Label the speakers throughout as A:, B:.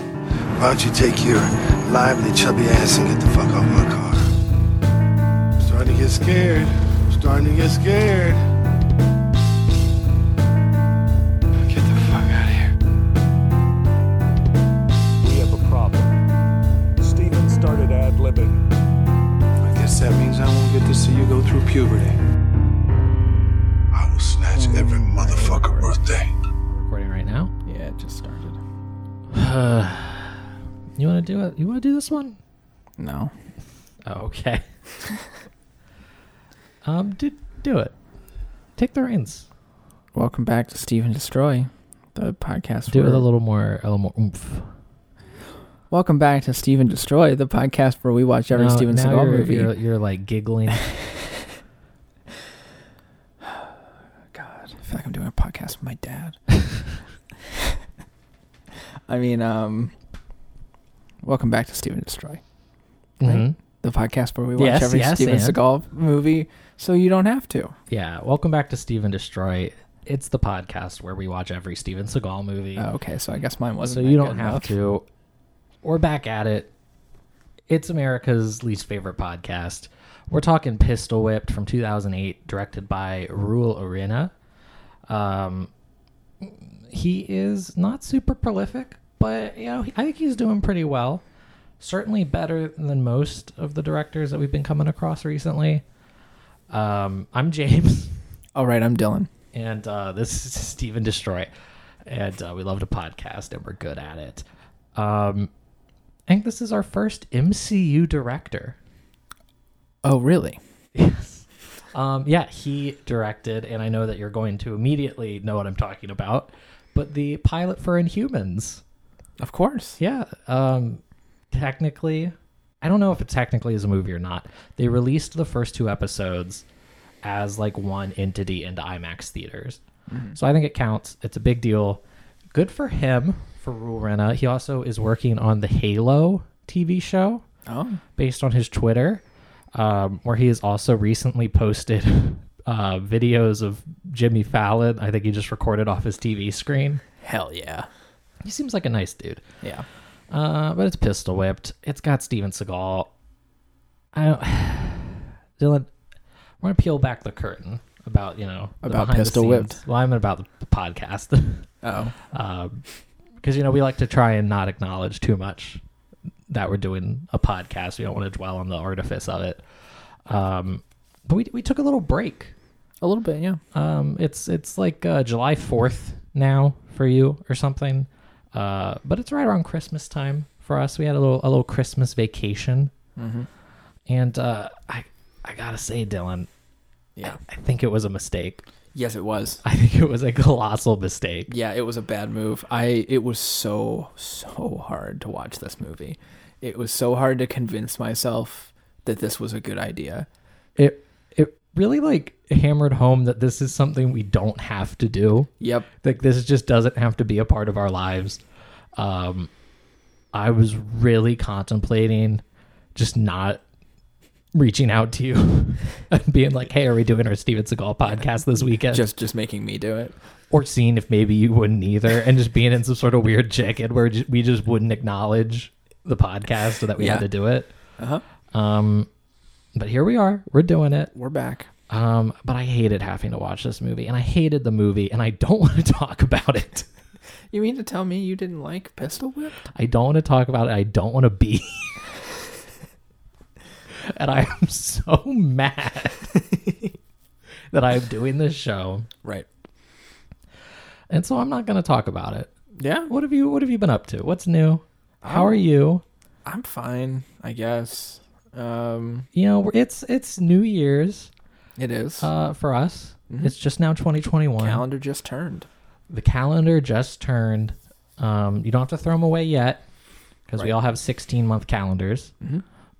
A: Why don't you take your lively, chubby ass and get the fuck off my car? I'm starting to get scared. I'm starting to get scared. Get the fuck out of here.
B: We have a problem. Steven started ad libbing.
A: I guess that means I won't get to see you go through puberty. I will snatch every motherfucker birthday.
C: Recording right now.
D: Yeah, it just started.
C: You want to do it? You want to do this one?
D: No.
C: Oh, okay. um, do do it. Take the reins.
D: Welcome back to Steve and Destroy, the podcast.
C: Do it
D: where-
C: with a little more, a little more oomph.
D: Welcome back to Steve and Destroy, the podcast where we watch every
C: Now-
D: Steven
C: now
D: Seagal
C: you're,
D: movie.
C: You're, you're like giggling.
D: God, I feel like I'm doing a podcast with my dad. I mean, um, welcome back to Steven Destroy,
C: Mhm.
D: the podcast where we watch
C: Yes,
D: every
C: yes,
D: Steven
C: and-
D: Seagal movie, so you don't have to.
C: Yeah. Welcome back to Steven Destroy. It's the podcast where we watch every Steven Seagal movie.
D: Oh, okay, so I guess mine
C: so
D: wasn't. that
C: you don't
D: good
C: have
D: enough.
C: to. We're back at it. It's America's least favorite podcast. We're talking Pistol Whipped from 2008, directed by Ruel Arena. Um, he is not super prolific, but you know I think he's doing pretty well. Certainly better than most of the directors that we've been coming across recently. Um, I'm James.
D: All Oh, right, I'm Dylan.
C: and uh, this is Steven Destroy, and uh, we love to podcast and we're good at it. Um, I think this is our first MCU director.
D: Oh, really?
C: Yes. Um, yeah, he directed, and I know that you're going to immediately know what I'm talking about, but the pilot for Inhumans.
D: Of course.
C: Yeah. Um, technically, I don't know if it technically is a movie or not. They released the first two episodes as like one entity into IMAX theaters. So I think it counts. It's a big deal. Good for him for Rule Renna. He also is working on the Halo TV show
D: Oh,
C: based on his Twitter, um, where he has also recently posted uh, videos of Jimmy Fallon. I think he just recorded off his TV screen.
D: hell yeah.
C: He seems like a nice dude.
D: Yeah.
C: Uh, but it's pistol whipped. It's got Steven Seagal. I don't, Dylan. We're gonna peel back the curtain about you know the
D: About
C: behind the
D: Pistol
C: scenes.
D: Whipped.
C: Well, I'm about the podcast
D: Oh,
C: because you know we like to try and not acknowledge too much that we're doing a podcast. We don't want to dwell on the artifice of it. Um, but we we took a little break.
D: a little bit, yeah.
C: Um, it's it's like uh, July Fourth now for you or something, uh, but it's right around Christmas time for us. We had a little a little Christmas vacation, and uh, I I gotta say, Dylan,
D: Yeah.
C: I think it was a mistake.
D: Yes, it was.
C: I think it was a colossal mistake.
D: yeah, it was a bad move. I it was so so hard to watch this movie. It was so hard to convince myself that this was a good idea.
C: It it really like hammered home that this is something we don't have to do.
D: Yep.
C: like this just doesn't have to be a part of our lives um i was really contemplating just not reaching out to you and being like hey are we doing our steven seagal podcast this weekend
D: Just just making me do it.
C: or seeing if maybe you wouldn't either and just being in some sort of weird jacket where ju- we just wouldn't acknowledge the podcast so that we had
D: Yeah.
C: to do it
D: Uh-huh.
C: um but here we are we're doing it
D: We're back.
C: um but i hated having to watch this movie and i hated the movie and i don't want to talk about it
D: You mean to tell me you didn't like Pistol Whip?
C: I don't want to talk about it. I don't want to be. here. and I am so mad that I'm doing this show.
D: Right.
C: And so I'm not going to talk about it.
D: Yeah.
C: What have you what have you been up to? What's new? How are you?
D: I'm fine, I guess. Um
C: You know, it's it's New Year's
D: it is. Mm-hmm.
C: uh for us. It's just now 2021.
D: Calendar just turned.
C: the calendar just turned. Um you don't have to throw them away yet because we
D: Right.
C: all have 16 month calendars.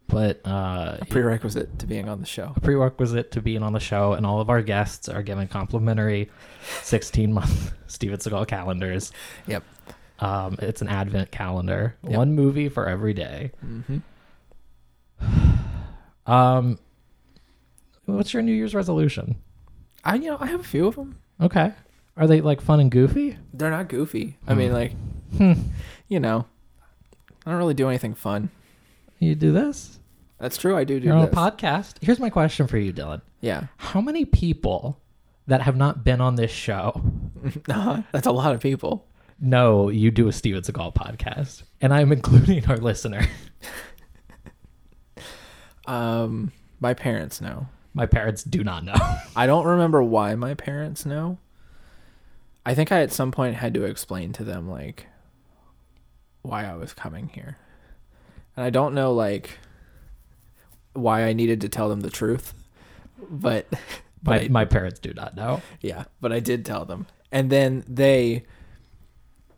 C: But uh
D: Prerequisite to being on the show.
C: a prerequisite to being on the show, and all of our guests are given complimentary 16 month Steven Seagal calendars.
D: Yep.
C: Um, it's an advent calendar,
D: Yep.
C: one movie for every Mm-hmm. um, what's your New Year's resolution?
D: I you know, I have a few of them.
C: Okay. Are they like fun and goofy?
D: Hmm.
C: Hmm.
D: They're not goofy. I mean like you know, I I don't really do anything fun.
C: You do this?
D: That's true. I do do
C: You're on a
D: this.
C: podcast. Here's my question for you, Dylan.
D: Yeah,
C: How many people that have not been on this show
D: that's a lot of people.
C: know you do a Steven Seagal podcast? And I'm including our listener.
D: Um, my parents know.
C: My parents do not know.
D: I don't remember why my parents know. I think I at some point had to explain to them like why I was coming here. And I don't know like why I needed to tell them the truth. But but
C: My,
D: I-
C: my parents do not know.
D: yeah, but I did tell them. And then they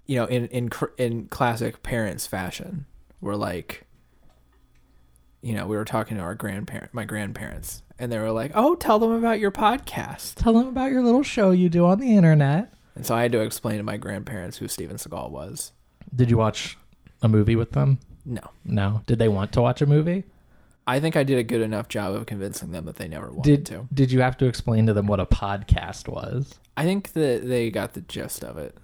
D: you know in in cr- in classic parents fashion were like you know, we were talking to our grandparent my grandparents and they were like, "Oh, tell them about your podcast."
C: Tell them about your little show you do on the internet.
D: And so I had to explain to my grandparents who Steven Seagal was.
C: Did you watch a movie with them?
D: No.
C: No. Did they want to watch a movie?
D: I think I did a good enough job of convincing them that they never wanted
C: Did
D: to.
C: Did you have to explain to them what a podcast was?
D: I think that they got the gist of it.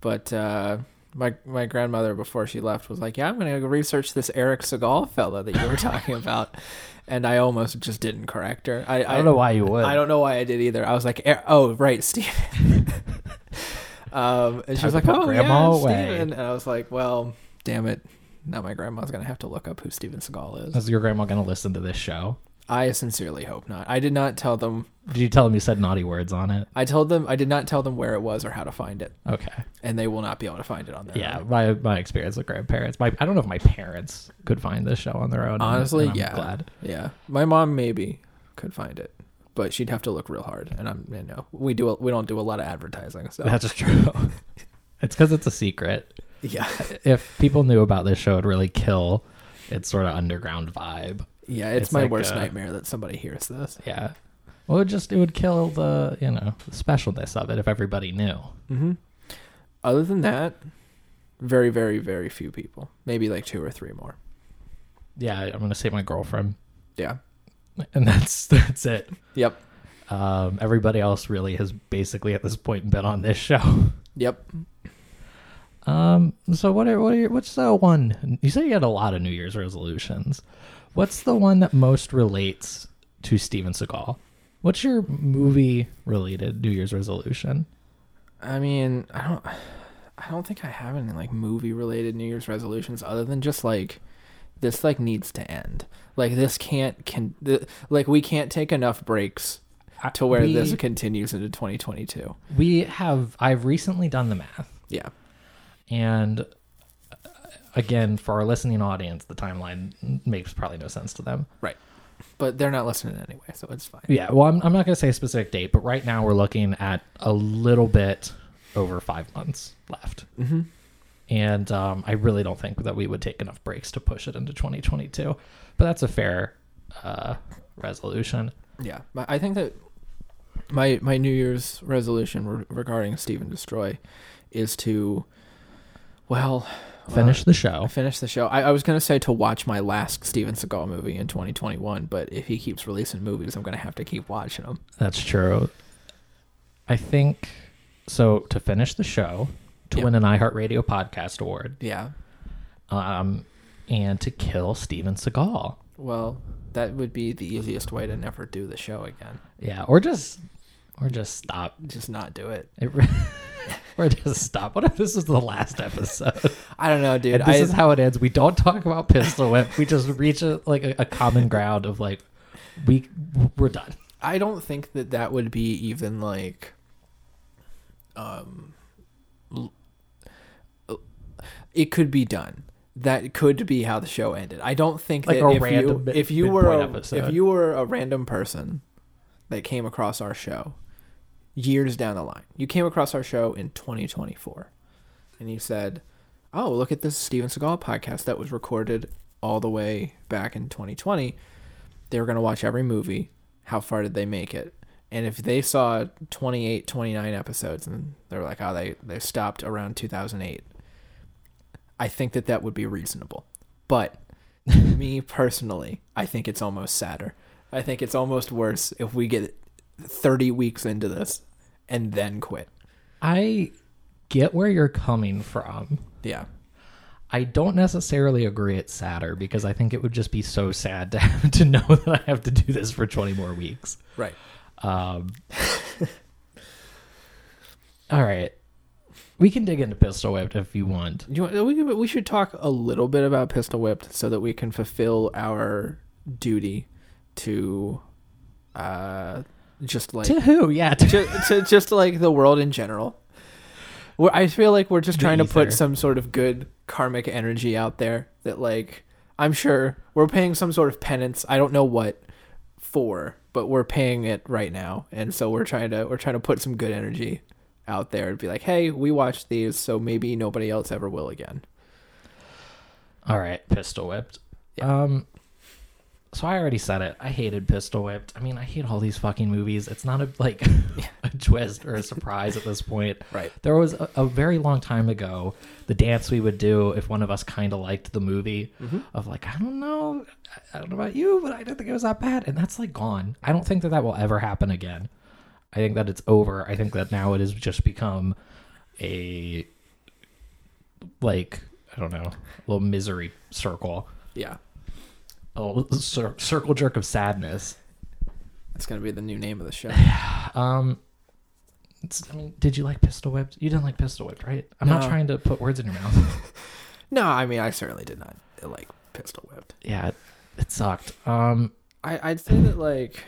D: But uh, my my grandmother before she left was like, "Yeah, I'm going to research this Eric Seagal fella that you were talking about." And I almost just didn't correct her. I,
C: I don't know why you would.
D: I don't know why I did either. I was like, "Er- "Oh, right, Steven." um, and she was like,
C: Time to put
D: "Oh,
C: grandma
D: yeah,
C: away."
D: Steven." And I was like, "Well, damn it." Now my grandma's going to have to look up who Steven Seagal is.
C: Is your grandma going to listen to this show?
D: I sincerely hope not. I did not tell them.
C: Did you tell them you said naughty words on it?
D: I told them I did not tell them where it was or how to find it,
C: Okay.
D: and they will not be able to find it on their
C: Yeah,
D: own.
C: my my experience with grandparents. My I don't know if my parents could find this show on their own. and-
D: Honestly,
C: and I'm
D: yeah.
C: Glad.
D: Yeah. My mom maybe could find it, but she'd have to look real hard. And I'm, you know, we do a, we don't do a lot of advertising, so
C: That's true. it's because it's a secret.
D: yeah,
C: If people knew about this show, it'd really kill its sort of underground vibe.
D: yeah. It's,
C: It's
D: my
C: like,
D: worst
C: uh,
D: nightmare that somebody hears this.
C: Yeah. Well, it just it would kill the you know the specialness of it if everybody knew.
D: Mm-hmm. Other than that, very, very, very few people. Maybe like two or three more.
C: Yeah, I'm gonna say my girlfriend,
D: Yeah.
C: and that's that's it.
D: Yep.
C: Um, everybody else really has basically at this point been on this show.
D: Yep.
C: Um. So what are what are your, what's the one you said you had a lot of New Year's resolutions? What's the one that most relates to Steven Seagal? What's your movie related New Year's resolution?
D: I mean, I don't I don't think I have any like movie related New Year's resolutions other than just like this like needs to end. Like this can't can the, like we can't take enough breaks
C: I-
D: to where this
C: we-
D: continues into 2022.
C: We have I've recently done the math,
D: Yeah.
C: and uh, again for our listening audience, the timeline makes probably no sense to them.
D: Right. But they're not listening anyway, so it's fine.
C: Yeah. Well, I'm I'm not gonna say a specific date, but right now we're looking at a little bit over five months left. and um, I really don't think that we would take enough breaks to push it into 2022. But that's a fair uh, resolution.
D: Yeah. My- I think that my my New Year's resolution re- regarding Steven Destroy is to well Uh,
C: Finish the show.
D: I finished the show. I, I was gonna say to watch my last Steven Seagal movie in 2021, but if he keeps releasing movies, I'm gonna have to keep watching them.
C: That's true. I think so. To finish the show, to
D: Yep.
C: win an iHeartRadio podcast award,
D: Yeah.
C: um, and to kill Steven Seagal.
D: Well, that would be the easiest way to never do the show again.
C: Yeah, or just, or just stop.
D: Just not do it.
C: It re- or just stop. What if this is the last episode?
D: I don't know, dude.
C: And this
D: I,
C: is how it ends. We don't talk about pistol whip. We just reach a, like a, a common ground of like we we're done.
D: I don't think that that would be even like, um, l- it could be done. That could be how the show ended. I don't think
C: Like
D: that
C: a
D: if you
C: random mid-
D: if you were
C: midpoint
D: a, if
C: episode.
D: you were a random person that came across our show years down the line, you came across our show in 2024, and you said, "Oh, look at this Steven Seagal podcast that was recorded all the way back in 2020." they were going to watch every movie how far did they make it and if they saw 28 29 episodes and they're like oh they they stopped around 2008 i think that that would be reasonable but me personally i think it's almost sadder i think it's almost worse if we get 30 weeks into this and then quit
C: I get where you're coming from.
D: yeah
C: I don't necessarily agree it's sadder because I think it would just be so sad to have to know that I have to do this for 20 more weeks.
D: Right.
C: Um, all right. We can dig into Pistol Whipped if you want.
D: You want, we could- we should talk a little bit about Pistol Whipped so that we can fulfill our duty to uh just like
C: to who? Yeah. to-
D: to, to just like the world in general. We're, I feel like we're just
C: The
D: trying to put
C: ether.
D: some sort of good karmic energy out there that like I'm sure we're paying some sort of penance. I don't know what for, but we're paying it right now, and so we're trying to we're trying to put some good energy out there and be like, hey, we watched these, so maybe nobody else ever will again.
C: all right. Pistol Whipped. Um, so I already said it. I hated Pistol Whipped. I mean, I hate all these fucking movies. It's not a like a twist or a surprise at this point.
D: Right.
C: There was a, a very long time ago the dance we would do if one of us kind of liked the movie of like I don't know, I- I don't know about you, but I didn't think it was that bad, and that's like gone. I don't think that that will ever happen again. I think that it's over. I think that now it has just become a like I don't know little misery circle,
D: Yeah,
C: a little Oh, cir- circle jerk of sadness.
D: that's gonna be the new name of the show.
C: Um, it's, I mean, did you like Pistol Whipped? You didn't like Pistol Whipped, right? I'm not
D: No.
C: trying to put words in your mouth.
D: no, I mean I certainly did not like Pistol Whipped.
C: yeah, it, it sucked. Um,
D: I, I'd say that like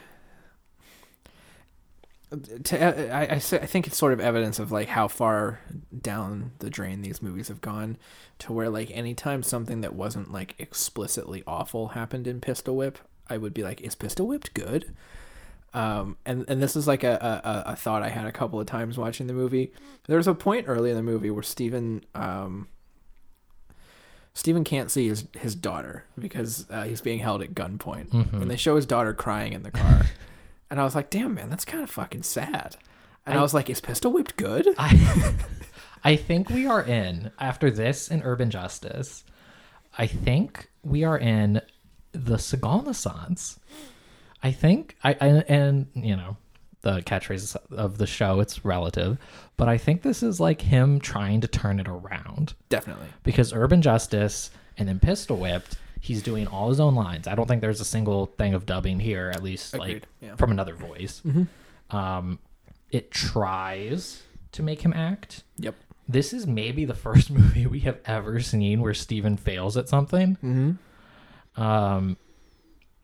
D: to, uh, I, I, say- I think it's sort of evidence of like how far down the drain these movies have gone to where like anytime something that wasn't like explicitly awful happened in pistol whip i would be like is pistol whipped good um, and and this is like a, a, a thought I had a couple of times watching the movie. There was a point early in the movie where Stephen um, Stephen can't see his his daughter because uh, he's being held at gunpoint,
C: Mm-hmm.
D: and they show his daughter crying in the car. and I was like, "Damn, man, that's kind of fucking sad." And I, was like, "Is Pistol Whipped good?"
C: I, I think we are in after this and Urban Justice. I think we are in the Seagal Renaissance. I think I, I and you know the catchphrase of the show it's relative, but I think this is like him trying to turn it around.
D: Definitely.
C: because Urban Justice and then Pistol Whipped, he's doing all his own lines. I don't think there's a single thing of dubbing here, at least like
D: Agreed, yeah.
C: from another voice. Um, it tries to make him act.
D: Yep.
C: This is maybe the first movie we have ever seen where Steven fails at something. Um,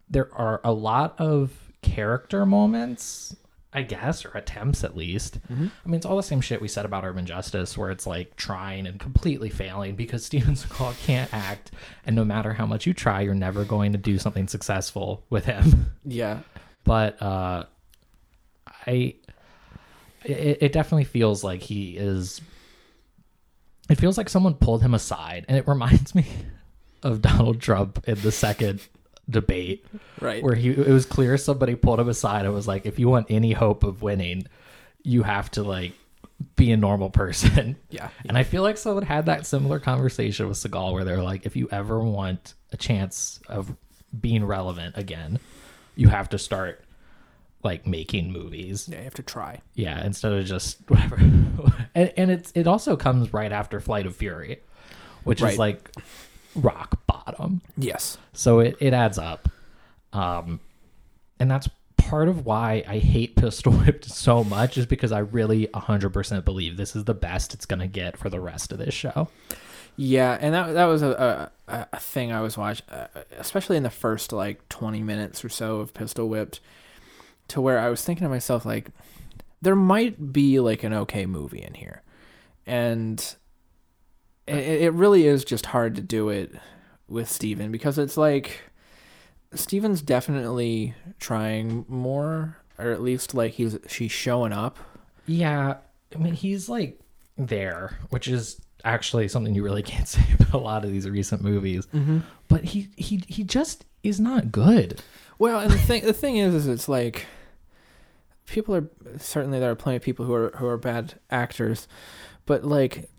C: there are a lot of character moments, I guess, or attempts at least. I mean, it's all the same shit we said about Urban Justice, where it's like trying and completely failing because Steven Seagal can't act, and no matter how much you try, you're never going to do something successful with him.
D: Yeah.
C: But uh, I, it, it definitely feels like he is. It feels like someone pulled him aside, and it reminds me of Donald Trump in the second debate
D: Right.
C: where he it was clear somebody pulled him aside and was like, if you want any hope of winning, you have to like be a normal person.
D: Yeah.
C: And I feel like someone had that similar conversation with Seagal where they're like, if you ever want a chance of being relevant again, you have to start like making movies.
D: yeah, you have to try.
C: Yeah, instead of just whatever. and and it's it also comes right after Flight of Fury, which
D: Right.
C: is like rock bottom.
D: Yes.
C: So it, it adds up. Um, and that's part of why I hate Pistol Whipped so much, is because I really 100% believe this is the best it's going to get for the rest of this show.
D: Yeah, and that that was a a- a, a thing I was watching, uh, especially in the first like twenty minutes or so of Pistol Whipped, to where I was thinking to myself like, there might be like an okay movie in here, and it, it really is just hard to do it with Steven because it's like Steven's definitely trying more, or at least like he's she's showing up.
C: Yeah. I mean, he's like there, which is actually something you really can't say about a lot of these recent movies. But he, he, he just is not good.
D: Well, and the thing the thing is, is it's like people are certainly there are plenty of people who are who are bad actors, but like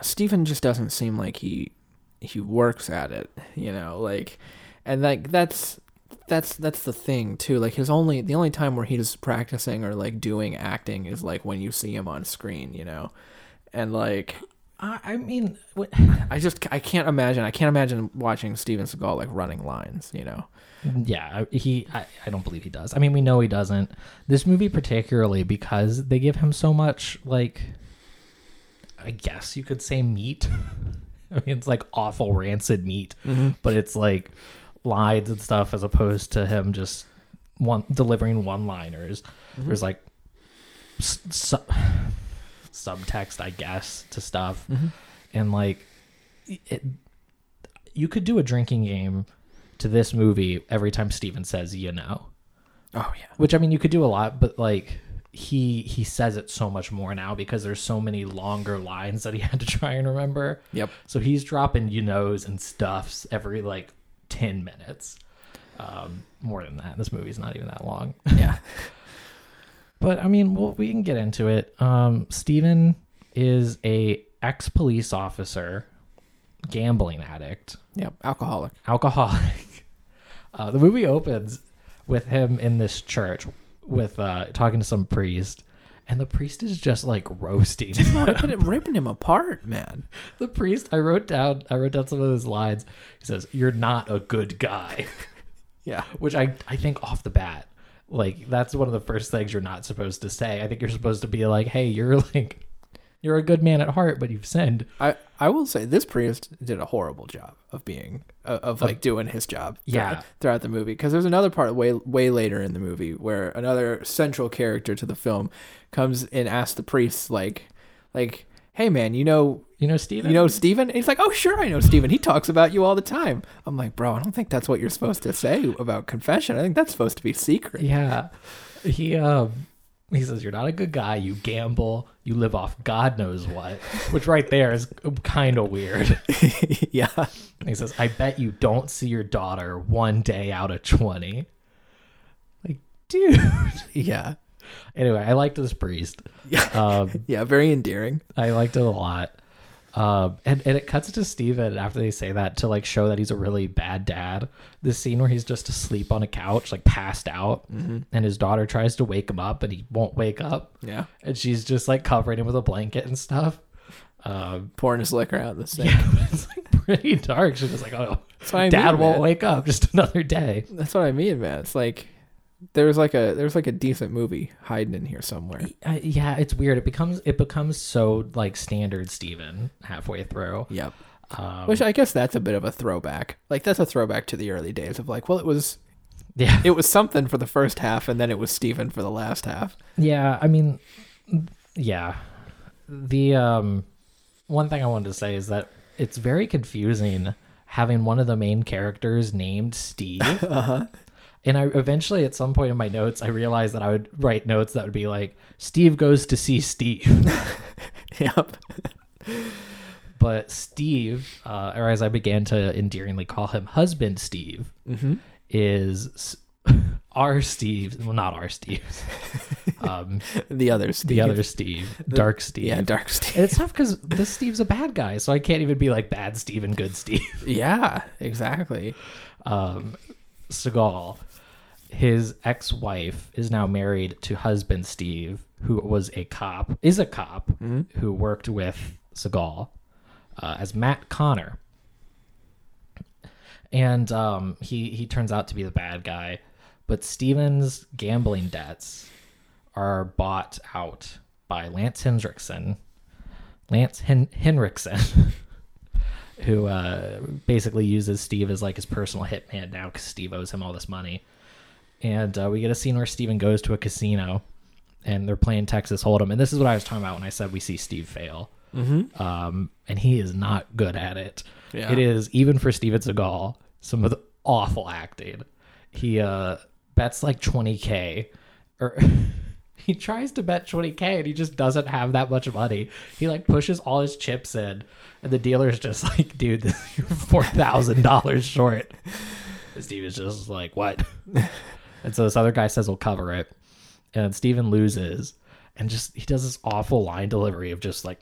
D: Stephen just doesn't seem like he he works at it, you know, like and like that's that's that's the thing too. Like his only the only time where he's practicing or like doing acting is like when you see him on screen, you know, and like
C: I, I mean, what,
D: I just I can't imagine. I can't imagine watching Steven Seagal like running lines. You know,
C: yeah, I- he. I, I don't believe he does. I mean, we know he doesn't. This movie, particularly, because they give him so much, like, I guess you could say meat. I mean, it's like awful rancid meat, but it's like lines and stuff as opposed to him just one delivering one-liners. There's like s- sub subtext, I guess, to stuff,
D: Mm-hmm.
C: and like it, you could do a drinking game to this movie every time Steven says you know.
D: oh yeah,
C: Which I mean you could do a lot, but like he he says it so much more now because there's so many longer lines that he had to try and remember.
D: Yep.
C: So he's dropping you knows and stuffs every like ten minutes. Um, more than that. This movie's not even that long.
D: yeah.
C: But I mean, well, we can get into it. Um, Steven is a ex police officer, gambling addict,
D: Yep, alcoholic.
C: alcoholic. Uh, the movie opens with him in this church with uh, talking to some priest, and the priest is just like roasting.
D: ripping, ripping him apart, man.
C: the priest, I wrote down, I wrote down some of those lines. He says, "You're not a good guy,"
D: Yeah,
C: which I I think off the bat, like that's one of the first things you're not supposed to say. I think you're supposed to be like, "Hey, you're like, you're a good man at heart, but you've sinned."
D: I I will say this priest did a horrible job of being uh, of like doing his job.
C: Yeah.
D: throughout, throughout the movie because there's another part way way later in the movie where another central character to the film comes and asks the priest like like Hey man, you know
C: You know, Steven.
D: you know Steven? And he's like, Oh sure I know Steven. He talks about you all the time. I'm like, bro, I don't think that's what you're supposed to say about confession. I think that's supposed to be secret.
C: Yeah. He um he says you're not a good guy, you gamble, you live off God knows what, which right there is kind of weird.
D: yeah.
C: And he says I bet you don't see your daughter one day out of 20. Like, dude.
D: Yeah.
C: Anyway, I liked this priest.
D: Yeah.
C: Um
D: Yeah, very endearing.
C: I liked it a lot. Um, and, and it cuts to Steven after they say that to like show that he's a really bad dad. This scene where he's just asleep on a couch, like passed out,
D: Mm-hmm.
C: and his daughter tries to wake him up and he won't wake up.
D: Yeah.
C: and she's just like covering him with a blanket and stuff. Um,
D: Pouring his liquor out the sink.
C: yeah, but it's like pretty dark. She's just like, oh,
D: what I
C: dad
D: mean,
C: won't
D: man.
C: wake up. Just another day.
D: That's what I mean, man. It's like there's like a there's like a decent movie hiding in here somewhere.
C: Uh, yeah, it's weird. It becomes it becomes so like standard Steven halfway through.
D: Yep.
C: Um,
D: Which I guess that's a bit of a throwback. Like that's a throwback to the early days of like, well, it was
C: Yeah,
D: it was something for the first half, and then it was Steven for the last half.
C: yeah. I mean, yeah. The um, one thing I wanted to say is that it's very confusing having one of the main characters named Steve. Uh-huh. And I eventually, at some point in my notes, I realized that I would write notes that would be like, Steve goes to see Steve.
D: Yep.
C: but Steve, uh, or as I began to endearingly call him, husband Steve, is s- our Steve. Well, not our Steve. um,
D: The other Steve.
C: the other Steve, dark Steve.
D: Yeah, Dark
C: And
D: Steve.
C: it's tough because this Steve's a bad guy, so I can't even be like bad Steve and good Steve.
D: yeah, exactly.
C: um, Seagal, his ex-wife is now married to husband Steve, who was a cop, is a cop who worked with Seagal uh, as Matt Connor, and um, he he turns out to be the bad guy, but Steven's gambling debts are bought out by Lance Hendrickson. Lance Hen- Henriksen. who uh, basically uses Steve as like his personal hitman now because Steve owes him all this money. And uh, we get a scene where Steven goes to a casino and they're playing Texas Hold'em. And this is what I was talking about when I said we see Steve fail. Um, and he is not good at it.
D: Yeah.
C: It is, even for Steven Seagal, some of the awful acting. He uh, bets like 20K or. He tries to bet 20k and he just doesn't have that much money. He like pushes all his chips in, and the dealer's just like, dude, this, you're four thousand dollars short. Steve is just like, what? and so this other guy says we'll cover it, and Steven loses, and just he does this awful line delivery of just like,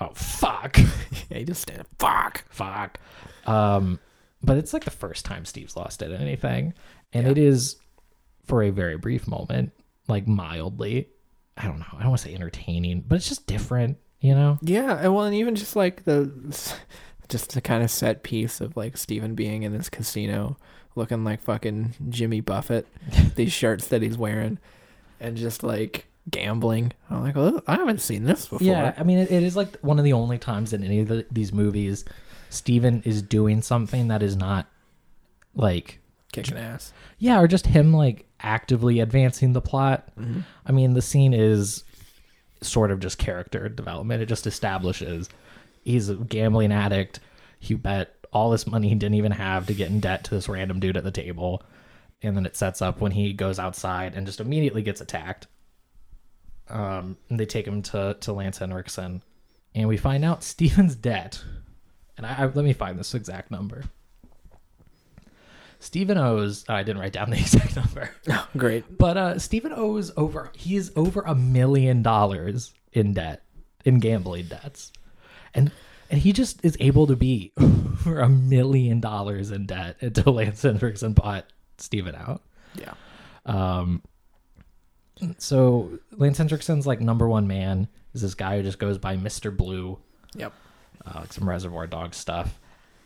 C: oh fuck,
D: Yeah, he just stand up. Fuck.
C: fuck. Um, but it's like the first time Steve's lost it in anything, and it is for a very brief moment, like mildly. I don't know. I don't want to say entertaining, but it's just different. you know?
D: Yeah, and well, and even just like the, just the kind of set piece of like Steven being in this casino, looking like fucking Jimmy Buffett, these shirts that he's wearing, and just like gambling. I'm like, oh, I haven't seen this before.
C: Yeah, I mean, it, it is like one of the only times in any of the, these movies Steven is doing something that is not like,
D: kicking ass.
C: yeah, or just him like actively advancing the plot. I mean, the scene is sort of just character development, it just establishes he's a gambling addict. He bet all this money he didn't even have to get in debt to this random dude at the table. And then it sets up when he goes outside and just immediately gets attacked. Um, and they take him to, to Lance Henriksen. And we find out Steven's debt. And I, I let me find this exact number. Steven owes. I didn't write down the exact number.
D: Great.
C: But uh Stephen owes over he is over a million dollars in debt, in gambling debts. And and he just is able to be over a million dollars in debt until Lance Hendrickson bought Steven out. Um,
D: Yeah.
C: So Lance Hendrickson's like number one man is this guy who just goes by Mr. Blue,
D: Yep.
C: uh, like some reservoir dog stuff.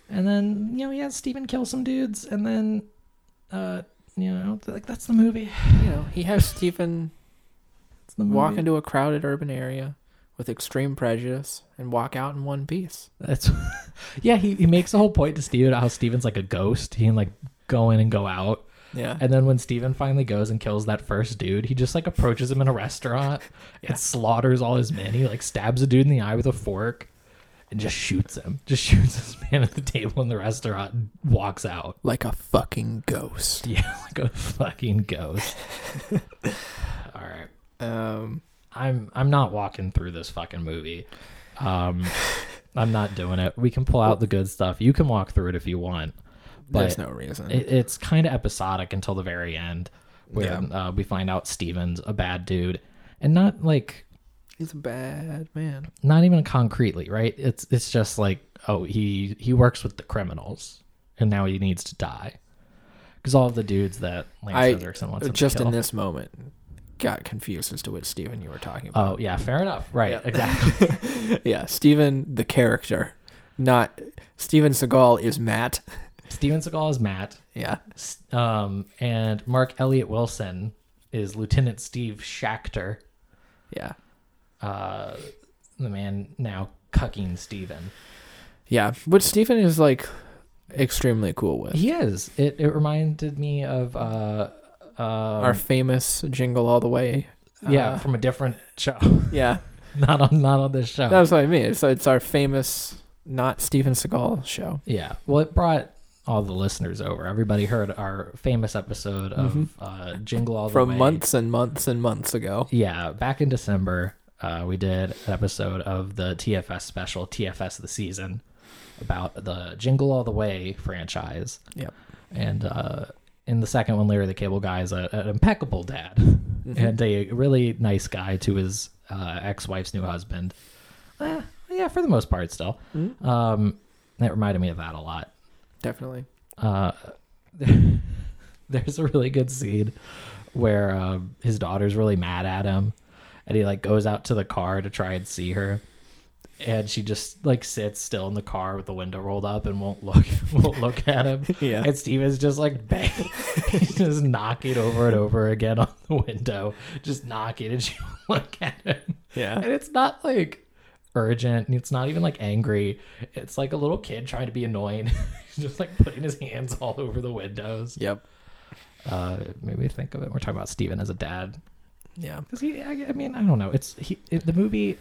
C: And then, you know, he has Steven kill some dudes and then uh you know, like that's the movie.
D: You know, he has Stephen
C: That's the movie.
D: walk into a crowded urban area with extreme prejudice and walk out in one piece.
C: That's yeah. He, he makes a whole point to Steven how Steven's like a ghost. He can like go in and go out.
D: Yeah.
C: And then when Steven finally goes and kills that first dude, he just like approaches him in a restaurant and slaughters all his men. He like stabs a dude in the eye with a fork and just shoots him. Just shoots this man at the table in the restaurant and walks out.
D: like a fucking ghost.
C: Yeah, like a fucking ghost. all right.
D: Um,
C: I'm I'm not walking through this fucking movie. Um, I'm not doing it. We can pull out the good stuff. You can walk through it if you want, but
D: there's no reason.
C: it, it's kind of episodic until the very end, where
D: Yeah.
C: uh, we find out Steven's a bad dude, and not like
D: He's a bad man.
C: not even concretely, right? It's it's just like oh he he works with the criminals, and now he needs to die because all of the dudes that
D: I uh,
C: Lance Hendrickson wants him
D: just
C: to kill.
D: in this moment got confused as to which Steven you were talking about.
C: Oh yeah, fair enough. Right, exactly.
D: yeah, Steven the character, not Steven Seagal is Matt.
C: Steven Seagal is Matt.
D: Yeah.
C: S- um, and Mark Elliott Wilson is Lieutenant Steve Schachter, uh,
D: Yeah.
C: the man now cucking Steven.
D: Yeah, which Steven is like extremely cool with.
C: He is. It, it reminded me of, uh,
D: Our famous jingle all the way. Uh,
C: yeah, from a different show.
D: Yeah.
C: not on not on this show.
D: That's what I mean. So it's our famous not Steven Seagal show.
C: yeah. Well, it brought all the listeners over. Everybody heard our famous episode of uh, Jingle All
D: Mm-hmm.
C: the
D: From
C: Way.
D: months and months and months ago.
C: Yeah, back in December, uh, we did an episode of the TFS special, TFS the season, about the Jingle All the Way franchise.
D: Yep.
C: And uh, in the second one, Larry the Cable Guy is a, an impeccable dad
D: Mm-hmm.
C: and a really nice guy to his uh, ex wife's new husband. Eh, yeah, for the most part, still.
D: Mm-hmm.
C: Um, that reminded me of that a lot Uh,
D: Definitely.
C: there's a really good scene where um, his daughter's really mad at him and he like goes out to the car to try and see her and she just like sits still in the car with the window rolled up and won't look won't look at him
D: Yeah.
C: and steven's just like bang he's just knocking over and over again on the window just knocking and she won't look at him
D: Yeah.
C: and it's not like urgent and it's not even like angry it's like a little kid trying to be annoying He's just like putting his hands all over the windows
D: Yep.
C: uh maybe think of it we're talking about steven as a dad
D: Yeah.
C: because he I, I mean i don't know it's he it, the movie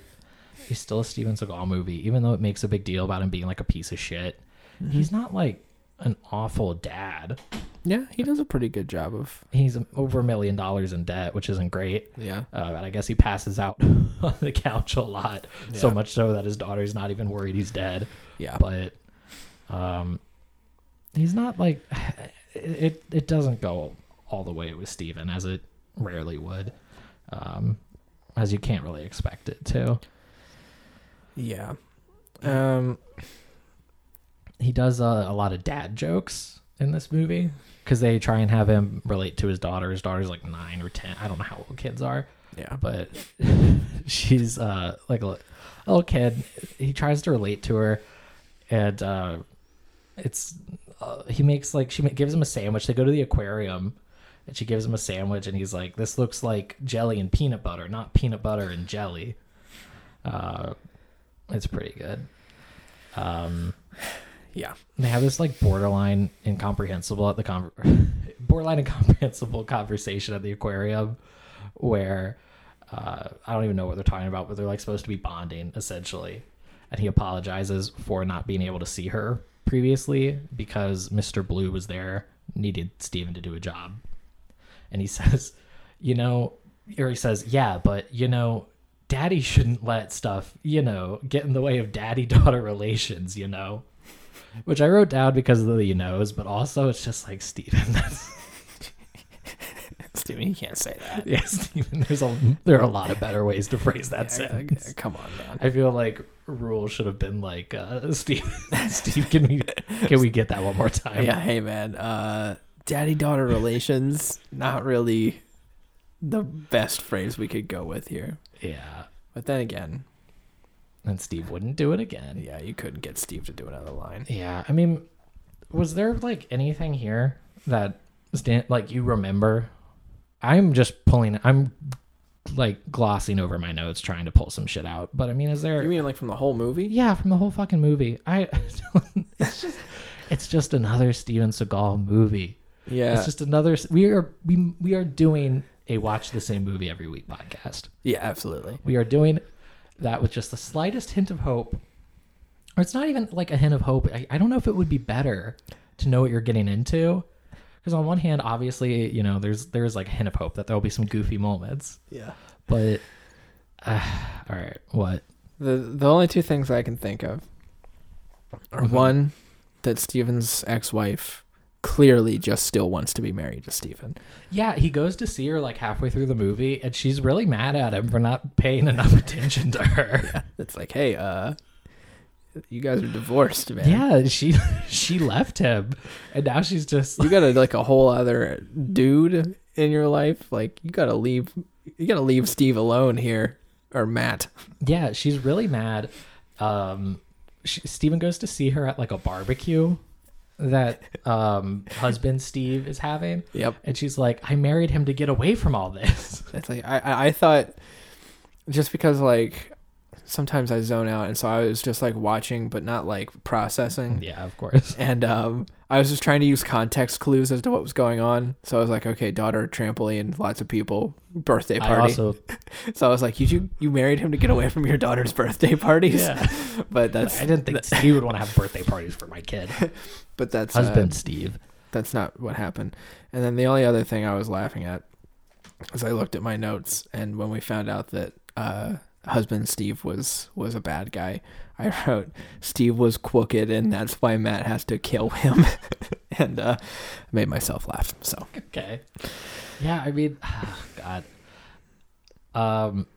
C: is still a steven seagal movie even though it makes a big deal about him being like a piece of shit
D: Mm-hmm.
C: he's not like an awful dad
D: Yeah, he does a pretty good job of.
C: he's over a million dollars in debt which isn't great
D: Yeah.
C: uh, and I guess he passes out on the couch a lot, so
D: Yeah. Uh,
C: much so that his daughter's not even worried he's dead.
D: Yeah.
C: But um, he's not like it. It, it doesn't go all the way with Steven as it rarely would, um, as you can't really expect it to.
D: Yeah. Um.
C: He does uh, a lot of dad jokes in this movie because they try and have him relate to his daughter. His daughter's like nine or ten. I don't know how old kids are.
D: Yeah.
C: but she's uh like a little kid. He tries to relate to her, and uh, it's uh, he makes like she ma- gives him a sandwich. They go to the aquarium, and she gives him a sandwich, and he's like, "This looks like jelly and peanut butter, not peanut butter and jelly." Uh, it's pretty good. Um,
D: Yeah.
C: they have this like borderline incomprehensible at the con- borderline incomprehensible conversation at the aquarium where uh, I don't even know what they're talking about, but they're like supposed to be bonding essentially. And he apologizes for not being able to see her previously because Mr. Blue was there, needed Steven to do a job. And he says, you know, or he says, yeah, but you know, daddy shouldn't let stuff, you know, get in the way of daddy daughter relations, you know which I wrote down because of the you knows, but also it's just like Steven. That's,
D: Steven, you can't say that.
C: yeah, Steven. There's a there are a lot of better ways to phrase that sentence.
D: Yeah, Come on, man.
C: I feel like rule should have been like uh, Steve. Steve, can we can we get that one more time?
D: Yeah, hey man. Uh daddy daughter relations, not really the best phrase we could go with here.
C: yeah.
D: But then again,
C: And Steve wouldn't do it again.
D: yeah, you couldn't get Steve to do another line.
C: Yeah, I mean, was there like anything here that stand like you remember? I'm just pulling. I'm like glossing over my notes, trying to pull some shit out. But I mean, is there?
D: You mean like from the whole movie?
C: Yeah, from the whole fucking movie. I it's just it's just another Steven Seagal movie.
D: Yeah.
C: It's just another we are we we are doing a watch the same movie every week podcast.
D: yeah, absolutely.
C: We are doing that with just the slightest hint of hope. Or it's not even like a hint of hope. I, I don't know if it would be better to know what you're getting into. Because on one hand, obviously, you know, there's there's like a hint of hope that there'll be some goofy moments.
D: Yeah.
C: But uh, all right, what?
D: The the only two things I can think of are one that Steven's ex-wife clearly just still wants to be married to Steven.
C: Yeah, he goes to see her like halfway through the movie, and she's really mad at him for not paying enough attention to her.
D: It's like, "Hey, uh you guys are divorced, man."
C: Yeah, she she left him, and now she's just
D: you got a, like a whole other dude in your life. Like you gotta leave. You gotta leave Steve alone here or Matt.
C: yeah, she's really mad. Um, she, Steven goes to see her at like a barbecue that um husband Steve is having.
D: Yep.
C: And she's like, "I married him to get away from all this."
D: It's like I I I thought just because like sometimes I zone out and so I was just like watching but not like processing.
C: Yeah, of course.
D: And um, I was just trying to use context clues as to what was going on. So I was like, okay, daughter trampoline, lots of people, birthday
C: I
D: party.
C: also
D: so I was like, you, you you married him to get away from your daughter's birthday parties.
C: Yeah.
D: but that's
C: I didn't think Steve would want to have birthday parties for my kid.
D: but that's uh,
C: Husband Steve.
D: that's not what happened. And then the only other thing I was laughing at is I looked at my notes, and when we found out that uh, husband Steve was was a bad guy, I wrote Steve was crooked, and that's why Matt has to kill him, and uh, made myself laugh. So
C: okay. Yeah, I mean, God. Um,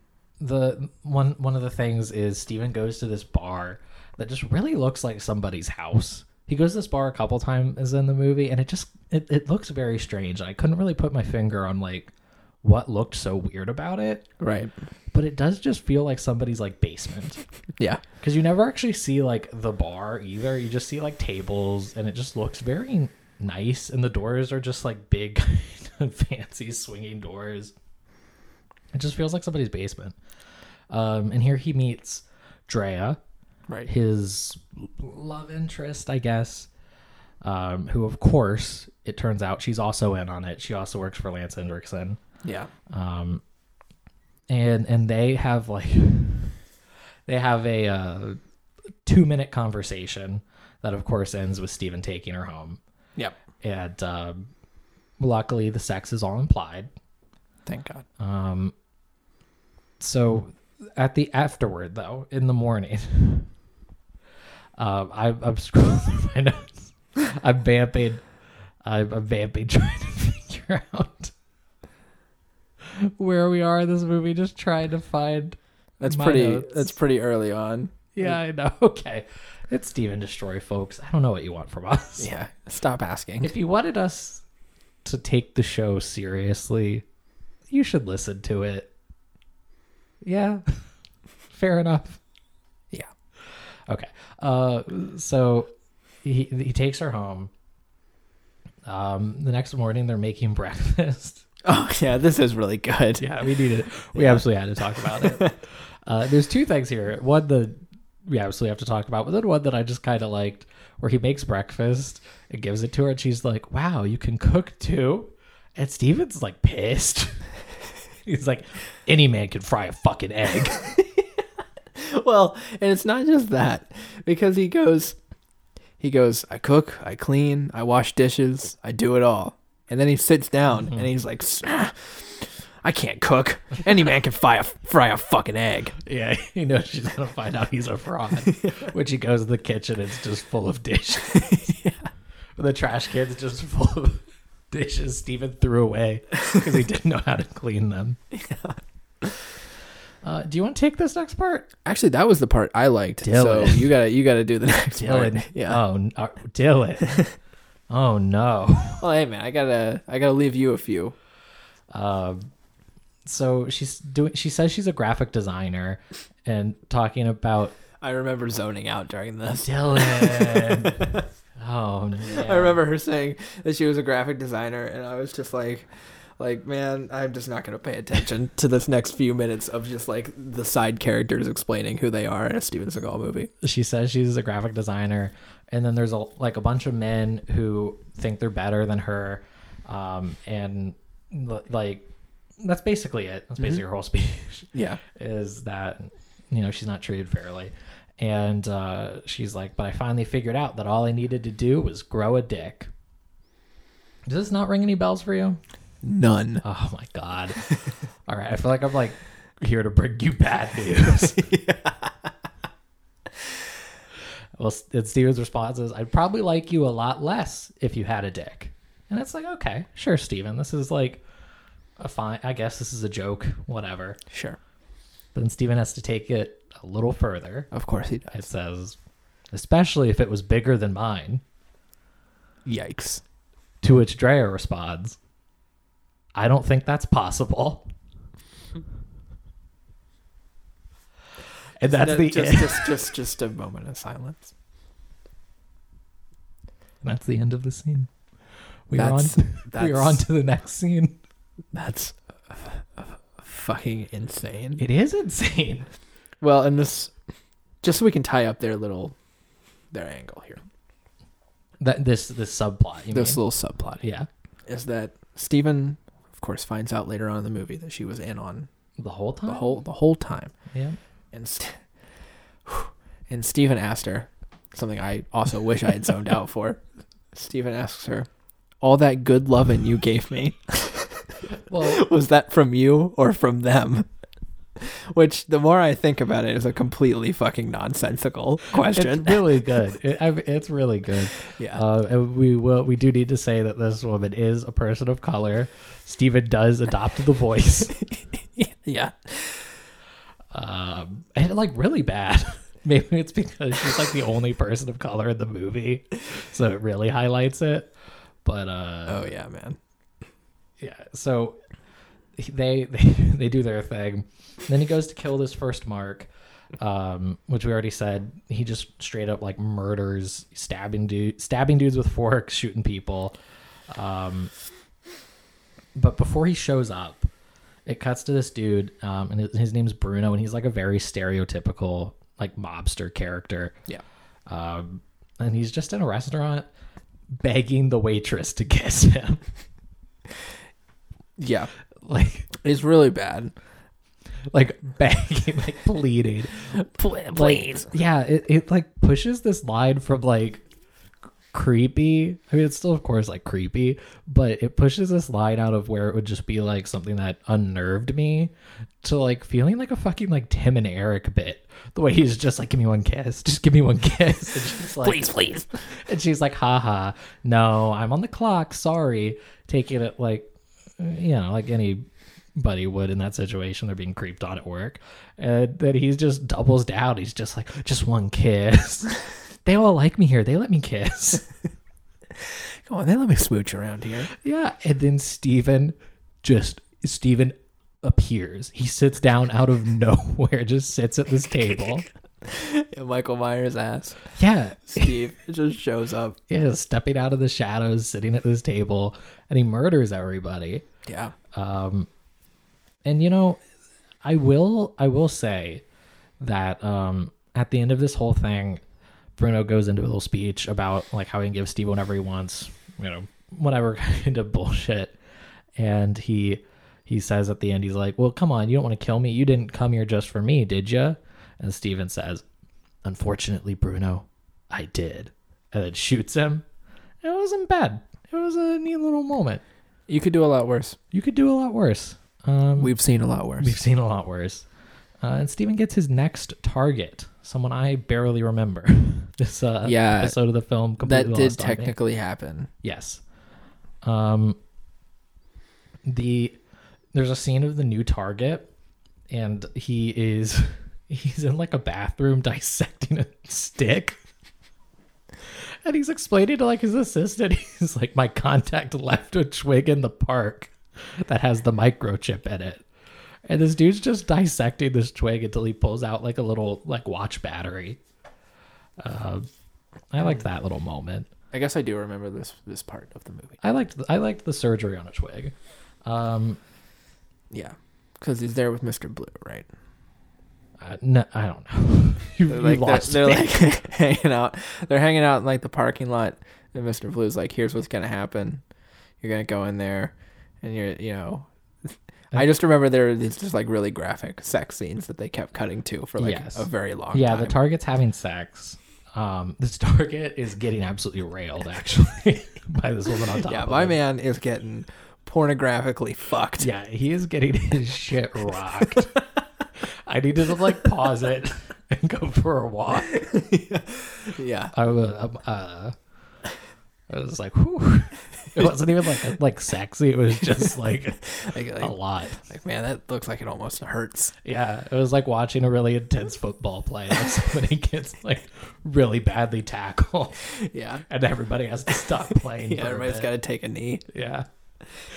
C: the one one of the things is Steven goes to this bar that just really looks like somebody's house. He goes to this bar a couple times in the movie, and it just it, it looks very strange. I couldn't really put my finger on like what looked so weird about it,
D: right,
C: but it does just feel like somebody's like basement
D: yeah,
C: because you never actually see like the bar either. You just see like tables, and it just looks very nice. And the doors are just like big, fancy swinging doors. It just feels like somebody's basement. Um, and here he meets Drea,
D: right,
C: his love interest, I guess. Um, who, of course, it turns out she's also in on it. She also works for Lance Hendrickson
D: yeah,
C: um and and they have like they have a uh, two minute conversation that of course ends with Steven taking her home
D: yep.
C: and um luckily the sex is all implied
D: Thank God.
C: um so at the afterward though in the morning um I, I'm scrolling through my notes I'm vamping I'm, I'm vamping trying to figure out where we are in this movie just trying to find
D: That's
C: My
D: pretty.
C: notes.
D: That's pretty early on.
C: yeah I know okay it's Steven Destroy folks I don't know what you want from us
D: Yeah. Stop asking.
C: if you wanted us to take the show seriously, you should listen to it. yeah, fair enough. Yeah. Okay. Uh, so he he takes her home. Um, the next morning they're making breakfast.
D: Oh yeah, this is really good.
C: yeah, we needed. We absolutely had to talk about it. uh, there's two things here. One the we absolutely have to talk about, but then one that I just kind of liked, where he makes breakfast and gives it to her, and she's like, "Wow, you can cook too." And Steven's like pissed. He's like, "Any man can fry a fucking egg."
D: Well, and it's not just that because he goes, he goes, I cook, I clean, I wash dishes, I do it all. And then he sits down
C: Mm-hmm.
D: and he's like, "Ah, I can't cook. Any man can fry a, fry a fucking egg.
C: Yeah, he knows she's gonna find out he's a fraud. when she goes to the kitchen, it's just full of dishes. The trash can's just full of dishes Steven threw away because he didn't know how to clean them. Uh, do you want to take this next part,
D: Actually, that was the part I liked. So
C: Dylan.
D: you gotta you gotta do the next
C: Dylan?
D: part. Yeah.
C: Oh, n- uh, Dylan. oh no.
D: Well, hey man, I gotta I gotta leave you a few.
C: Um, so she's doing. She says she's a graphic designer, and talking about
D: I remember zoning out during this.
C: Dylan. oh no.
D: I remember her saying that she was a graphic designer, and I was just like, like man, I'm just not gonna pay attention to this next few minutes of just like the side characters explaining who they are in a Steven Seagal movie.
C: she says she's a graphic designer and then there's a like a bunch of men who think they're better than her um and l- like that's basically it that's basically her whole speech
D: Yeah,
C: is that you know she's not treated fairly and uh she's like but i finally figured out that all i needed to do was grow a dick does this not ring any bells for you
D: none.
C: oh my god all right i feel like i'm like here to bring you bad news well S- and steven's response is i'd probably like you a lot less if you had a dick and it's like okay sure steven this is like a fine i guess this is a joke whatever
D: Sure,
C: but then steven has to take it a little further
D: of course he does.
C: it says especially if it was bigger than mine
D: Yikes!
C: to which dreyer responds i don't think that's possible and that's
D: No,
C: the
D: just,
C: end.
D: just just just a moment of silence.
C: That's the end of the scene. We
D: That's-
C: are on. We are on
D: that's-
C: to the next scene.
D: That's fucking insane.
C: It is insane.
D: Well, and this, just so we can tie up their little, their angle here.
C: That this this subplot. You
D: This
C: mean?
D: little subplot here
C: yeah,
D: is that Stephen, of course, finds out later on in the movie that she was in on
C: the whole time.
D: the whole the whole time,
C: Yeah.
D: and St- and Stephen asked her something I also wish I had zoned out for. Stephen asks her, "All that good loving you gave me,
C: Well,
D: was that from you or from them?" Which, the more I think about it, is a completely fucking nonsensical question.
C: it's really good. It, I, it's really good.
D: yeah.
C: Uh, and we will. We do need to say that this woman is a person of color. Stephen does adopt the voice,
D: yeah.
C: um, and like really bad. Maybe it's because she's like the only person of color in the movie, so it really highlights it. But uh,
D: Oh yeah, man.
C: yeah so they, they they do their thing then he goes to kill this first mark um which we already said he just straight up like murders stabbing dude stabbing dudes with forks shooting people um but before he shows up it cuts to this dude um and his, his name's bruno and he's like a very stereotypical like mobster character
D: Yeah.
C: um and he's just in a restaurant begging the waitress to kiss him
D: Yeah.
C: like
D: It's really bad.
C: like begging, like pleading, please. yeah, it, it like pushes this line from like c- creepy. I mean, it's still of course like creepy, but it pushes this line out of where it would just be like something that unnerved me to like feeling like a fucking like Tim and Eric bit. The way he's just like, give me one kiss, just give me one kiss. And she's like, please, please. And she's like, haha, no, I'm on the clock. Sorry, taking it like, you know, like any buddy would in that situation. They're being creeped on at work. And then he just doubles down. He's just like, just one kiss. they all like me here. They let me kiss.
D: Come on, they let me smooch around here.
C: yeah. And then Steven just, Steven appears. He sits down out of nowhere, just sits at this table.
D: Yeah, Michael Myers ass.
C: Yeah,
D: Steve it just shows up.
C: yeah, stepping out of the shadows, sitting at this table, and he murders everybody.
D: Yeah.
C: And you know, I will I will say that um at the end of this whole thing, Bruno goes into a little speech about like how he can give Steve whatever he wants, you know, whatever kind of bullshit. And he he says at the end, he's like, Well, come on, you don't want to kill me. You didn't come here just for me, did you? And Steven says, Unfortunately, Bruno, I did. And then shoots him. It wasn't bad. It was a neat little moment.
D: You could do a lot worse.
C: You could do a lot worse. Um,
D: We've seen a lot
C: We've
D: worse.
C: seen a lot worse. Uh, and Steven gets his next target, someone I barely remember. this uh,
D: Yeah.
C: episode of the film completely
D: That did
C: lost on me.
D: technically happen.
C: Yes. Um. The there's a scene of the new target, and he is he's in like a bathroom dissecting a stick. And he's explaining to like his assistant, he's like, My contact left a twig in the park that has the microchip in it. And this dude's just dissecting this twig until he pulls out like a little like watch battery. Uh, I liked that little moment.
D: I guess I do remember this this part of the movie.
C: I liked the, I liked the surgery on a twig. Um,
D: Yeah. Because he's there with Mr. Blue, right?
C: uh, no, I don't know. you
D: They're
C: you
D: like, they're,
C: lost
D: they're
C: me.
D: like hanging out. They're hanging out in like the parking lot, and Mr. Blue's like, "Here's what's gonna happen. You're gonna go in there, and you're, you know." I just remember there were these just like really graphic sex scenes that they kept cutting to for like
C: Yes.
D: a very long
C: yeah,
D: time.
C: the target's having sex. Um, this target is getting absolutely railed actually by this woman on top.
D: yeah,
C: of
D: my
C: him.
D: man is getting pornographically fucked.
C: Yeah, he is getting his shit rocked. I needed to like pause it and go for a walk.
D: Yeah.
C: I was, um, uh, I was like, whew. It wasn't even like like sexy. It was just like
D: Like,
C: a
D: like,
C: lot.
D: like, man, that looks like it almost hurts.
C: Yeah, it was like watching a really intense football play. Like somebody gets like really badly tackled,
D: Yeah.
C: and everybody has to stop playing.
D: Yeah,
C: for a
D: everybody's
C: bit.
D: got to take a knee.
C: Yeah,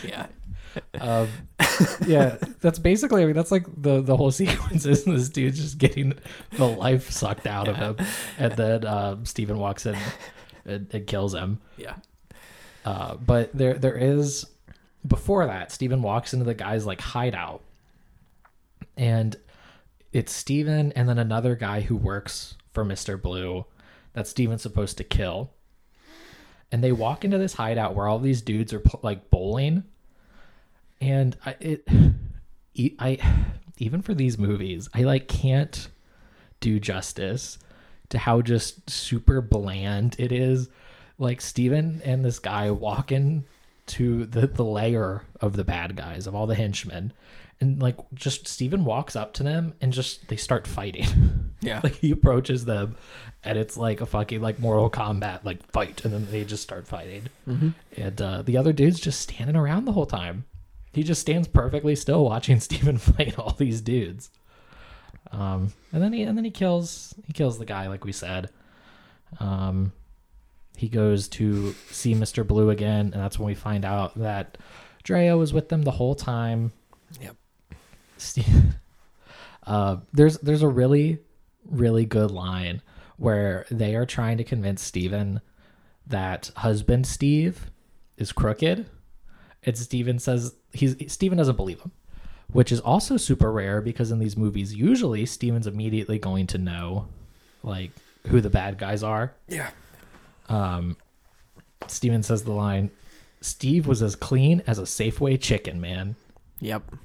D: Yeah.
C: um, yeah. That's basically. I mean, that's like the the whole sequence is this dude's just getting the life sucked out of him, and then um, Steven walks in and, and kills him.
D: Yeah.
C: Uh, but there there is before that, Steven walks into the guy's like hideout. And it's Steven and then another guy who works for Mr. Blue that Steven's supposed to kill. And they walk into this hideout where all these dudes are pl- like bowling. And I it e- I even for these movies, I like can't do justice to how just super bland it is. Like Steven and this guy walk in to the, the layer of the bad guys, of all the henchmen. And like just Steven walks up to them and just they start fighting.
D: Yeah.
C: like he approaches them and it's like a fucking like Mortal Kombat like fight and then they just start fighting. And uh, the other dude's just standing around the whole time. He just stands perfectly still watching Steven fight all these dudes. Um, and then he and then he kills he kills the guy like we said. Um, he goes to see Mr. Blue again, and that's when we find out that Drea was with them the whole time.
D: Yep.
C: Steve, uh, there's there's a really really good line where they are trying to convince Steven that husband Steve is crooked, and Steven says he's Steven doesn't believe him, which is also super rare because in these movies usually Steven's immediately going to know like who the bad guys are.
D: Yeah.
C: Steven says the line, Steve was as clean as a Safeway chicken, man.
D: Yep.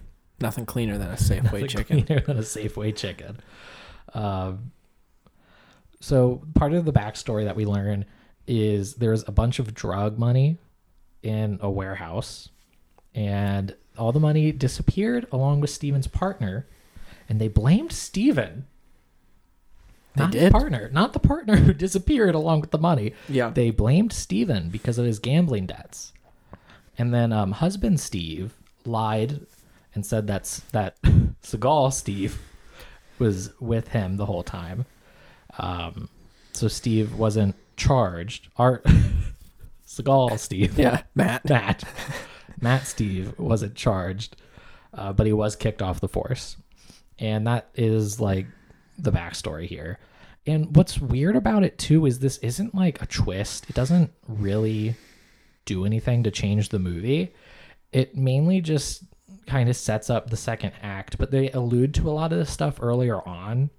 D: Nothing cleaner than a Safeway chicken.
C: Cleaner than a Safeway chicken. Um, so part of the backstory that we learn is there's a bunch of drug money in a warehouse, and all the money disappeared along with Steven's partner, and they blamed Steven.
D: They
C: not
D: did?
C: his partner, not the partner who disappeared along with the money.
D: Yeah.
C: They blamed Steven because of his gambling debts. And then um, husband Steve lied and said that's that Seagal Steve was with him the whole time. Um, so Steve wasn't charged. Art Seagal Steve.
D: Yeah, Matt.
C: Matt. Matt Steve wasn't charged. uh, but he was kicked off the force, and that is like the backstory here. And what's weird about it too is this isn't like a twist. It doesn't really do anything to change the movie. It mainly just kind of sets up the second act, but they allude to a lot of this stuff earlier on.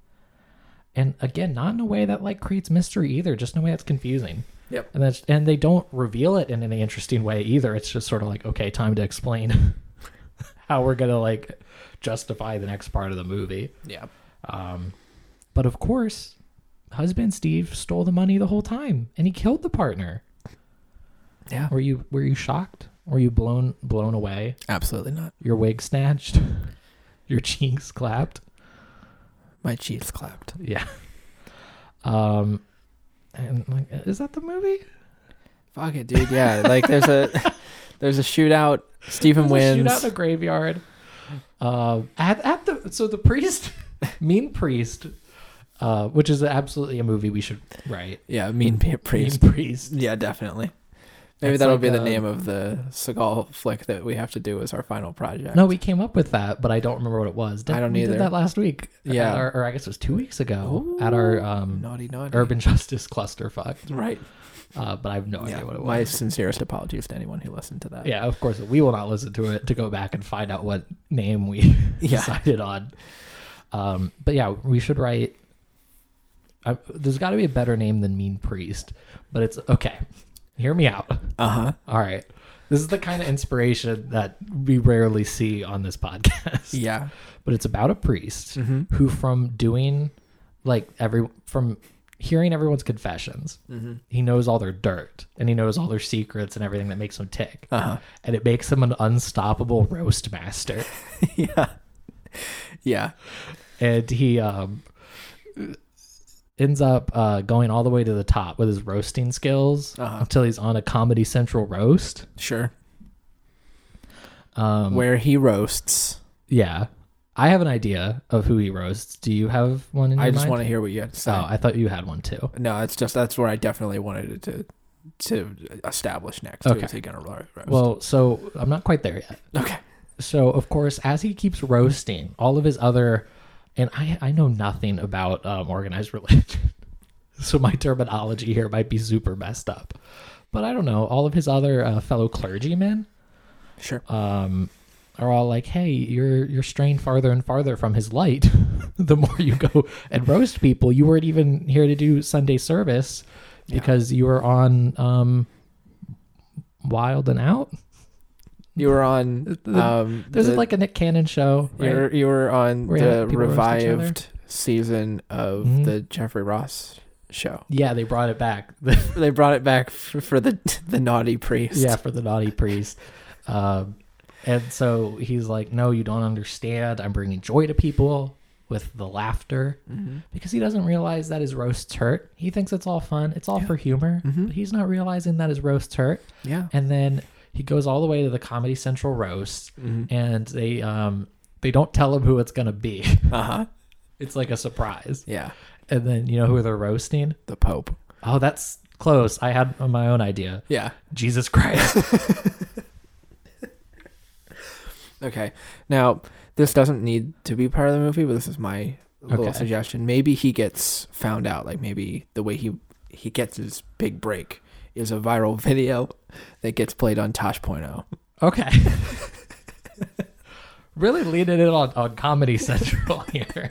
C: And again, not in a way that like creates mystery either, just in a way that's confusing.
D: Yep.
C: And that's and they don't reveal it in any interesting way either. It's just sort of like, okay, time to explain how we're gonna like justify the next part of the movie. Um,
D: Yeah.
C: But of course, husband Steve stole the money the whole time and he killed the partner.
D: Yeah.
C: Were you were you shocked? Were you blown blown away?
D: Absolutely not.
C: Your wig snatched? Your cheeks clapped?
D: My cheeks clapped.
C: Yeah. Um and like is that the movie?
D: Fuck it, dude. Yeah. Like there's a there's a shootout. Stephen
C: There's a
D: wins.
C: Shootout in a graveyard. Uh, at, at the so the priest, mean priest, uh, which is absolutely a movie we should write.
D: Yeah, mean p- priest.
C: Mean priest.
D: Yeah, definitely. Maybe
C: That's
D: that'll
C: like
D: be the
C: a-
D: name of the Seagal flick that we have to do as our final project.
C: No, we came up with that, but I don't remember what it was.
D: I don't
C: we
D: either.
C: Did that last week. at
D: Yeah.
C: our- or I guess it was two weeks ago at our um,
D: naughty naughty.
C: urban justice clusterfuck.
D: Right.
C: Uh, but I have no
D: Yeah.
C: idea what it was.
D: My sincerest apologies to anyone who listened to that.
C: Yeah, of course. We will not listen to it to go back and find out what name we
D: Yeah.
C: decided on. Um, but yeah, we should write. I, there's got to be a better name than Mean Priest, but it's okay. Hear me out.
D: Uh huh.
C: All right. This is the kind of inspiration that we rarely see on this podcast.
D: Yeah. Mm-hmm.
C: But it's about a priest who, from doing like every, from hearing everyone's confessions,
D: Mm-hmm.
C: he knows all their dirt and he knows all their secrets and everything that makes them tick
D: Uh-huh.
C: and it makes him an unstoppable roast master.
D: yeah. Yeah.
C: and he um, ends up uh, going all the way to the top with his roasting skills
D: Uh-huh.
C: until he's on a Comedy Central roast.
D: Sure.
C: Um,
D: Where he roasts.
C: yeah, I have an idea of who he roasts. Do you have one in your
D: I just
C: mind?
D: want to hear what you had to say.
C: Oh, I thought you had one too.
D: no, it's just that's where I definitely wanted it to to establish next.
C: Okay.
D: Who is he gonna ro- roast?
C: Well, so I'm not quite there yet.
D: okay.
C: So of course, as he keeps roasting all of his other, and I I know nothing about um, organized religion, so my terminology here might be super messed up, but I don't know. All of his other uh, fellow clergymen
D: Sure.
C: um, are all like, "Hey, you're you're straying farther and farther from his light. the more you go and roast people, you weren't even here to do Sunday service because you were on um, wild and out.
D: you were on um
C: There's
D: the-
C: like a Nick Cannon show.
D: You
C: right?
D: were, you were on
C: Where
D: the
C: people roast each other.
D: revived season of
C: Mhm.
D: the Jeffrey Ross show.
C: Yeah, they brought it back.
D: They brought it back for, for the the naughty priest.
C: yeah, for the naughty priest. Um, and so he's like, "No, you don't understand. I'm bringing joy to people with the laughter
D: Mm-hmm.
C: because he doesn't realize that his roasts hurt. He thinks it's all fun. It's all for humor. But he's not realizing that his roasts hurt.
D: Yeah.
C: And then he goes all the way to the Comedy Central roast,
D: Mm-hmm.
C: and they um they don't tell him who it's gonna be.
D: Uh huh.
C: it's like a surprise.
D: Yeah.
C: And then you know who they're roasting?
D: The Pope.
C: Oh, that's close. I had my own idea.
D: Yeah.
C: Jesus Christ.
D: Okay. Now this doesn't need to be part of the movie, but this is my little
C: Okay.
D: suggestion. Maybe he gets found out. Like maybe the way he he gets his big break is a viral video that gets played on oh. Tosh.0.
C: Okay. really leaning in on, on Comedy Central here.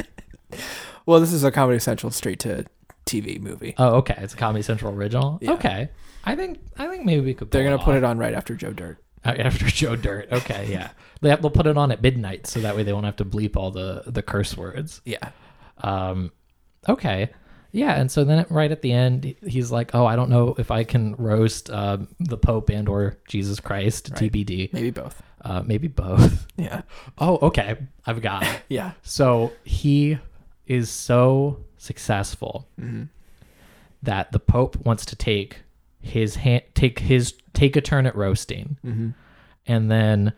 D: Well, this is a Comedy Central straight to TV movie.
C: Oh, okay. It's a Comedy Central original.
D: Yeah.
C: Okay. I think I think maybe we could.
D: They're gonna put it on right after Joe Dirt.
C: on after Joe Dirt. Okay, yeah. They have, they'll put it on at midnight, so that way they won't have to bleep all the the curse words.
D: Yeah.
C: Um, okay. Yeah, and so then right at the end, he- he's like, "Oh, I don't know if I can roast um, the Pope and or Jesus Christ, TBD.
D: Maybe both.
C: Uh, maybe both."
D: Yeah.
C: oh, okay, I've got it.
D: Yeah.
C: So he is so successful that the Pope wants to take his hand, take his take a turn at roasting,
D: Mm-hmm.
C: and then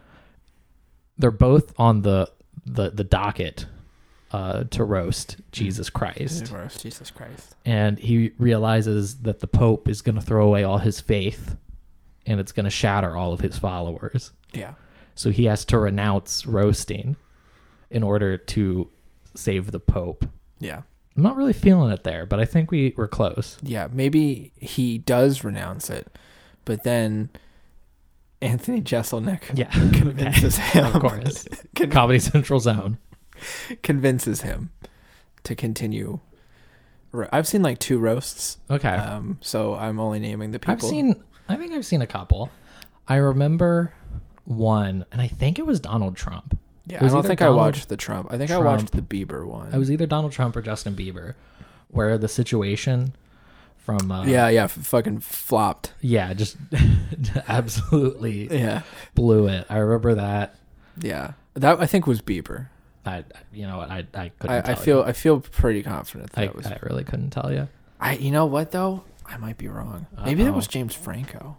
C: they're both on the the the docket uh, to roast Jesus Christ,
D: Jesus Christ.
C: and he realizes that the Pope is going to throw away all his faith, and it's going to shatter all of his followers.
D: Yeah.
C: So he has to renounce roasting in order to save the Pope.
D: Yeah.
C: I'm not really feeling it there, but I think we were close.
D: Yeah, maybe he does renounce it, but then Anthony Jeselnik
C: Yeah.
D: convinces him.
C: Of course.
D: Con-
C: Comedy Central Zone.
D: convinces him to continue. Ro- I've seen like two roasts,
C: Okay.
D: um, so I'm only naming the people.
C: I've seen I think I've seen a couple. I remember one and I think it was Donald Trump.
D: Yeah,
C: It was
D: I don't
C: either
D: think
C: Donald-
D: I watched the Trump. I think I watched the Bieber one.
C: It was either Donald Trump or Justin Bieber where the situation from uh,
D: yeah, yeah, f- fucking flopped.
C: yeah, just absolutely
D: Yeah,
C: blew it. I remember that.
D: yeah. That I think was Bieber.
C: I you know what I I couldn't
D: I, I
C: tell you.
D: feel I feel pretty confident that
C: I,
D: was.
C: I really couldn't tell you.
D: I you know what though? I might be wrong. Maybe that
C: Uh-oh.
D: was James Franco.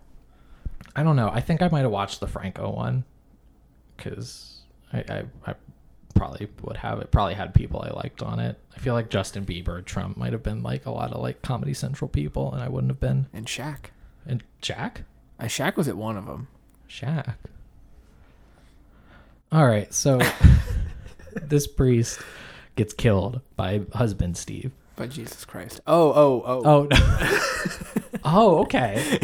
C: I don't know. I think I might have watched the Franco one because I, I, I probably would have. It probably had people I liked on it. I feel like Justin Bieber, Trump might have been like a lot of like Comedy Central people, and I wouldn't have been.
D: and Shaq.
C: And Jack,
D: I Shaq was at one of them.
C: Shaq. All right, so this priest gets killed by husband Steve.
D: But Jesus Christ. Oh, oh, oh.
C: Oh no. oh, okay.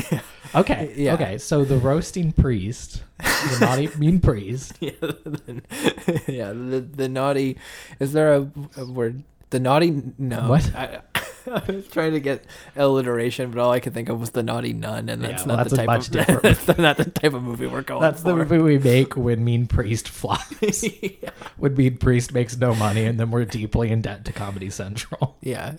C: Okay.
D: Yeah.
C: Okay. So the roasting priest, the naughty mean priest.
D: yeah, the, the naughty. Is there a, a word? The naughty. No.
C: What?
D: I, I was trying to get alliteration, but all I could think of was the naughty nun, and that's
C: Yeah, well,
D: not
C: that's
D: the
C: a
D: type
C: much
D: of
C: different-
D: that's not the type of movie we're going
C: That's the
D: for.
C: movie we make when Mean Priest flies. When Mean Priest makes no money, and then we're deeply in debt to Comedy Central.
D: Yeah.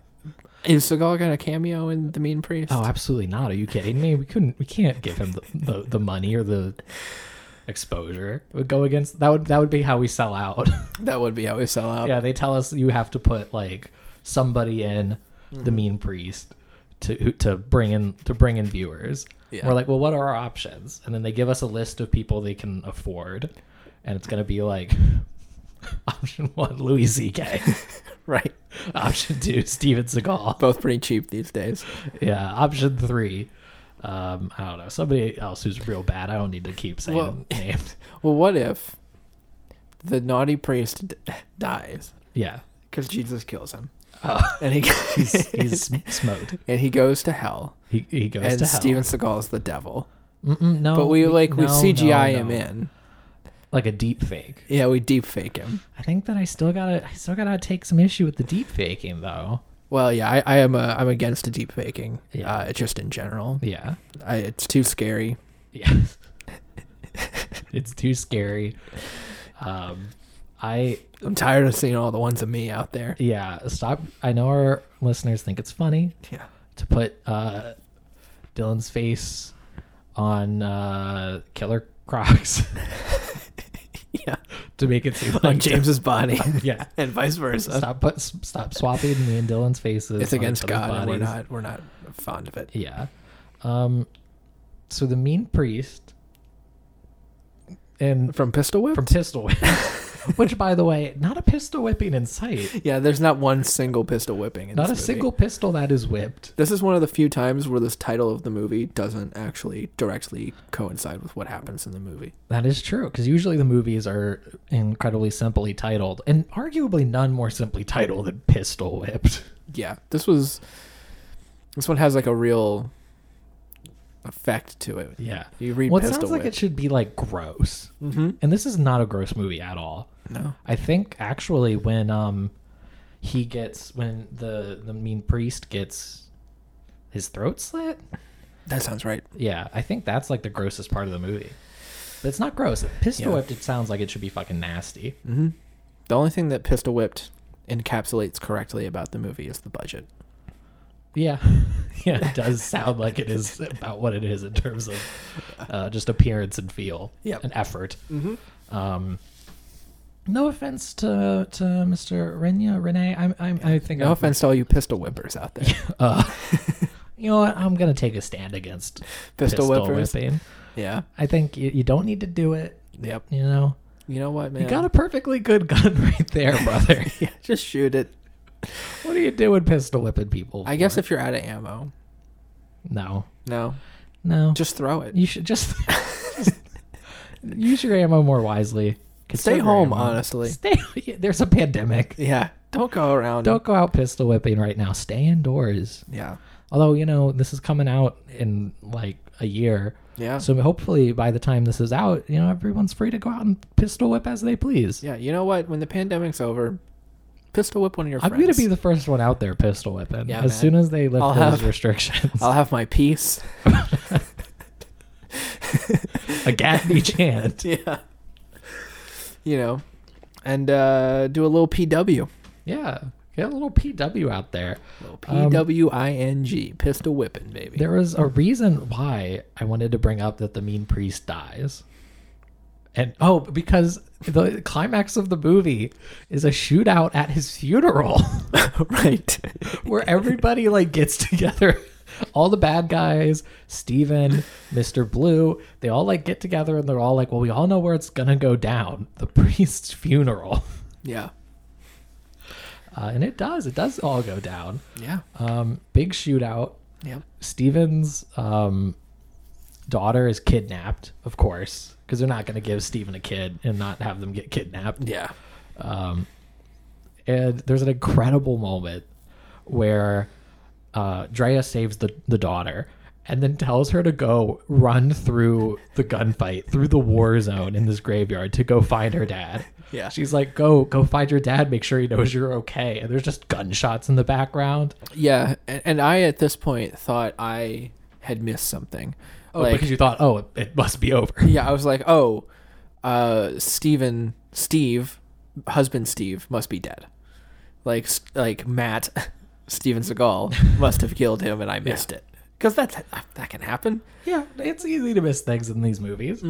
D: Is Seagal got a cameo in The Mean Priest?
C: Oh, absolutely not! Are you kidding me? We couldn't. We can't give him the, the, the money or the exposure. It would go against that. Would that would be how we sell out?
D: that would be how we sell out.
C: yeah, they tell us you have to put like somebody in
D: Mm-hmm.
C: the Mean Priest to to bring in to bring in viewers.
D: Yeah.
C: We're like, well, what are our options? And then they give us a list of people they can afford, and it's gonna be like option one, Louis C.K.
D: Right.
C: option two, Steven Seagal.
D: Both pretty cheap these days.
C: Yeah. Option three, um, I don't know, somebody else who's real bad. I don't need to keep saying
D: Well-
C: names.
D: Well, what if the naughty priest d- dies
C: Yeah.
D: because Jesus kills him,
C: Oh.
D: and he
C: He's, he's smoked.
D: and he goes to hell,
C: He, he goes
D: and
C: to hell.
D: Steven Seagal is the devil.
C: Mm-mm, no,
D: But we like we
C: no, no,
D: CGI him
C: no.
D: in.
C: like a deep fake.
D: Yeah, we deep fake him.
C: I think that I still gotta I still gotta take some issue with the deep faking though.
D: Well, yeah, I, I am. Uh, I'm against the deep faking.
C: Yeah.
D: Uh, just in general,
C: Yeah.
D: I, it's too scary.
C: Yeah. it's too scary. Um I
D: I'm tired of seeing all the ones of me out there.
C: yeah, stop I know our listeners think it's funny
D: Yeah.
C: to put uh Dylan's face on uh Killer Crocs
D: Yeah.
C: to make it seem like
D: On James's body,
C: Yeah.
D: and vice versa.
C: Stop put, stop swapping me and Dylan's faces.
D: It's
C: on
D: against
C: each other's
D: God, and we're
C: bodies.
D: not. We're not fond of it.
C: Yeah. Um so the mean priest and
D: From Pistol Whip.
C: from pistol whip, which by the way, not a pistol whipping in sight.
D: Yeah, there's not one single pistol whipping. In
C: Not a
D: this movie.
C: single pistol that is whipped.
D: This is one of the few times where this title of the movie doesn't actually directly coincide with what happens in the movie.
C: That is true because usually the movies are incredibly simply titled and arguably none more simply titled than pistol whipped.
D: Yeah, this was. This one has like a real effect to it.
C: Yeah.
D: You read
C: Well, it
D: pistol
C: sounds like
D: whip.
C: it should be like gross.
D: Mhm.
C: And this is not a gross movie at all.
D: No.
C: I think actually when um he gets when the the mean priest gets his throat slit.
D: That sounds right.
C: Yeah, I think that's like the grossest part of the movie. But it's not gross. Pistol
D: Yeah.
C: whipped. It sounds like it should be fucking nasty.
D: Mm-hmm. The only thing that pistol whipped encapsulates correctly about the movie is the budget.
C: Yeah, yeah, it does sound like it is about what it is in terms of uh, just appearance and feel
D: Yep.
C: and effort.
D: Mm-hmm.
C: Um, no offense to to Mr. Renya Renee. I'm, I'm I think
D: No
C: I'm-
D: offense to all you pistol whippers out there.
C: Uh, you know what? I'm gonna take a stand against
D: Pistol whippers.
C: whipping.
D: Yeah.
C: I think you, you don't need to do it.
D: Yep.
C: You know,
D: You know what, man?
C: you got a perfectly good gun right there, brother.
D: yeah, just shoot it.
C: What are you doing pistol whipping people?
D: I guess if you're out of ammo,
C: no,
D: no,
C: no.
D: just throw it.
C: you should just, just Use your ammo more wisely.
D: Stay
C: Conserve your
D: home,
C: ammo.
D: honestly.
C: Stay. There's a pandemic.
D: Yeah. Don't go around.
C: Don't go out pistol whipping right now. Stay indoors.
D: Yeah.
C: Although you know this is coming out in like a year.
D: Yeah.
C: So hopefully by the time this is out, you know everyone's free to go out and pistol whip as they please.
D: Yeah. You know what? When the pandemic's over, pistol whip one of your
C: I'm
D: friends.
C: gonna be the first one out there pistol whipping
D: Yeah,
C: as
D: man.
C: soon as they lift
D: I'll
C: those
D: have-
C: restrictions.
D: I'll have my piece.
C: a gap in each hand.
D: yeah. You know, and uh, do a little PW.
C: Yeah, get a little PW out there.
D: P W I N G. Pistol whipping, baby.
C: There was a reason why I wanted to bring up that the mean priest dies. And oh, because the climax of the movie is a shootout at his funeral
D: right.
C: where everybody like gets together. All the bad guys, Steven, Mr. Blue, they all like get together and they're all like, well, we all know where it's going to go down the priest's funeral.
D: yeah.
C: Uh, and it does. It does all go down.
D: Yeah.
C: Um, big shootout.
D: yeah.
C: Steven's um, daughter is kidnapped, of course, because they're not going to give Steven a kid and not have them get kidnapped.
D: Yeah.
C: And there's an incredible moment where uh, Drea saves the, the daughter and then tells her to go run through the gunfight, through the war zone in this graveyard to go find her dad.
D: Yeah.
C: She's like, go, go find your dad. Make sure he knows you're okay. And there's just gunshots in the background.
D: Yeah. And, and I, at this point, thought I had missed something.
C: Oh, because you thought, oh, it, it must be over.
D: Yeah, I was like, oh, uh, Steven, Steve, husband Steve must be dead. Like, s- like Matt, Steven Seagal must have killed him, and I missed it. 'Cause it. Because that that can happen.
C: Yeah, it's easy to miss things in these movies.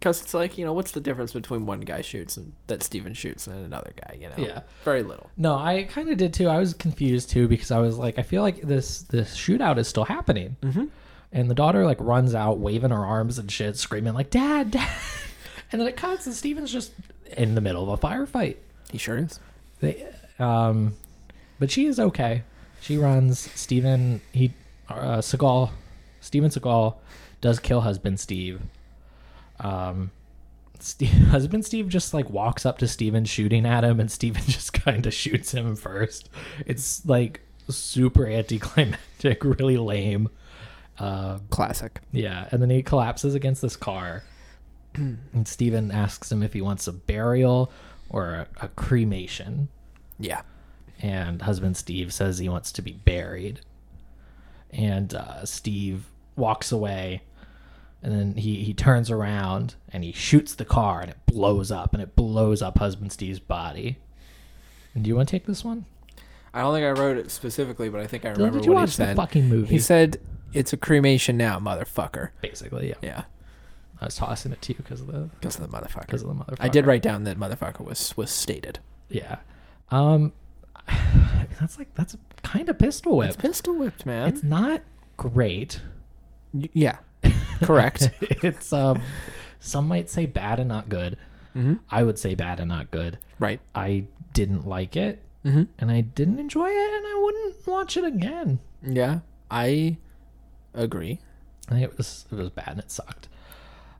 D: Because it's like, you know, what's the difference between one guy shoots and that Steven shoots and another guy, you know?
C: Yeah.
D: Very little.
C: No, I kind of did too. I was confused too because I was like, I feel like this this shootout is still happening, mm-hmm. and the daughter like runs out waving her arms and shit, screaming like "Dad, Dad!" and then it cuts, and Steven's just in the middle of a firefight.
D: He sure is.
C: They, um, but she is okay. She runs. Steven he uh, Seagal, Steven Seagal does kill husband Steve. Um, Steve, husband Steve just like walks up to Steven shooting at him, and Steven just kind of shoots him first. It's like super anticlimactic, really lame. Uh,
D: Classic.
C: yeah, and then he collapses against this car. and Steven asks him if he wants a burial or a, a cremation
D: Yeah.
C: and husband Steve says he wants to be buried. And uh, Steve walks away, and then he he turns around and he shoots the car, and it blows up, and it blows up husband Steve's body. And do you want to take this one?
D: I don't think I wrote it specifically, but I think I
C: Dylan,
D: remember
C: did you
D: what he
C: watch the
D: said.
C: fucking movie?
D: He said, it's a cremation now, motherfucker.
C: Basically, yeah.
D: Yeah.
C: I was tossing it to you because of the
D: Because of the motherfucker.
C: because of the motherfucker.
D: I did write down that motherfucker was was stated.
C: Yeah. Um, that's like that's kind of pistol whip.
D: It's pistol whipped, man.
C: it's not great.
D: Y- yeah, correct.
C: it's um, some might say bad and not good.
D: Mm-hmm.
C: I would say bad and not good.
D: right.
C: I didn't like it,
D: Mm-hmm.
C: and I didn't enjoy it, and I wouldn't watch it again.
D: Yeah, I agree.
C: I think it was it was bad and it sucked.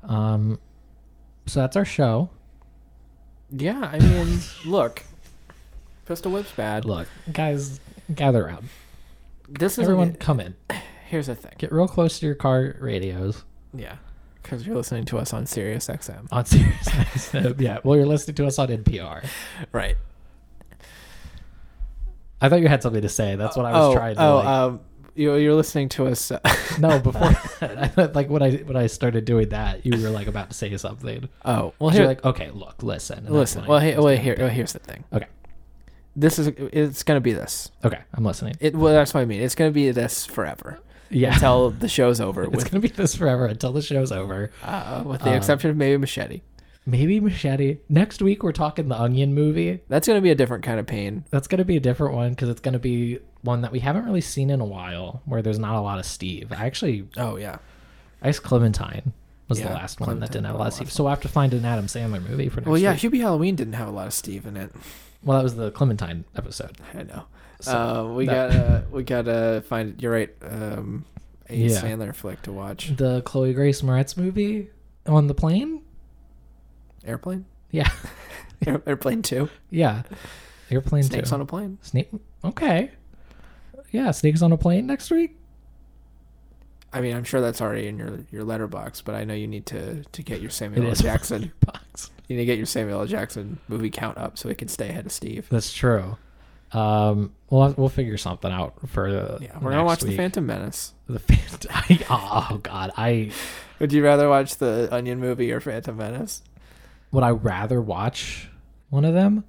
C: Um, so that's our show.
D: Yeah, I mean, look, pistol whip's bad.
C: Look, guys, gather around.
D: this is
C: Everyone, come in.
D: Here's the thing.
C: Get real close to your car radios
D: Yeah, because you're listening to us on Sirius XM.
C: on Sirius XM. Yeah, well, you're listening to us on NPR.
D: Right.
C: I thought you had something to say. That's what I was
D: oh,
C: trying to.
D: oh,
C: like,
D: um, you you're listening to us. Uh,
C: No, before that, I thought, like when I when I started doing that, you were like about to say something.
D: oh, well,
C: You're
D: here,
C: like, okay, look, listen, and that's
D: listen.
C: when I
D: Well, hey,
C: was
D: well,
C: gonna
D: here,
C: pick.
D: well, here's the thing.
C: Okay,
D: This is it's gonna be this.
C: okay, I'm listening.
D: It well, that's what I mean. It's gonna be this forever
C: Yeah,
D: until the show's over.
C: it's
D: with
C: gonna be this forever until the show's over.
D: uh, with the exception of maybe Machete.
C: Maybe Machete. Next week we're talking the Onion movie.
D: That's gonna be a different kind of pain.
C: That's gonna be a different one because it's gonna be one that we haven't really seen in a while, where there's not a lot of Steve. I actually,
D: Oh yeah.
C: Ice Clementine was the
D: Yeah,
C: last one that
D: Clementine
C: didn't have a
D: was
C: lot of
D: the
C: Steve.
D: last
C: So we'll have to find an Adam Sandler movie for next.
D: Well, yeah,
C: week.
D: Hubie Halloween didn't have a lot of Steve in it.
C: Well, that was the Clementine episode.
D: I know.
C: So,
D: uh, we
C: that-
D: gotta we gotta find. You're right. Um, a
C: Yeah.
D: Sandler flick to watch.
C: the Chloe Grace Moretz movie on the plane.
D: Airplane?
C: Yeah.
D: Air- Airplane 2.
C: Yeah. Airplane
D: Snakes
C: too.
D: on a plane.
C: Snake. Okay. Yeah, snakes on a plane next week.
D: I mean, I'm sure that's already in your your letterbox, but I know you need to to get your
C: It
D: Samuel L.
C: is
D: Jackson.
C: Box.
D: You need to get your Samuel L. Jackson movie count up so it can stay ahead of Steve.
C: That's true. Um, we'll we'll figure something out for the
D: Yeah, we're gonna watch
C: next
D: the
C: week.
D: Phantom Menace.
C: The Phantom. I, oh God, I
D: Would you rather watch the Onion movie or Phantom Menace?
C: would I rather watch one of them?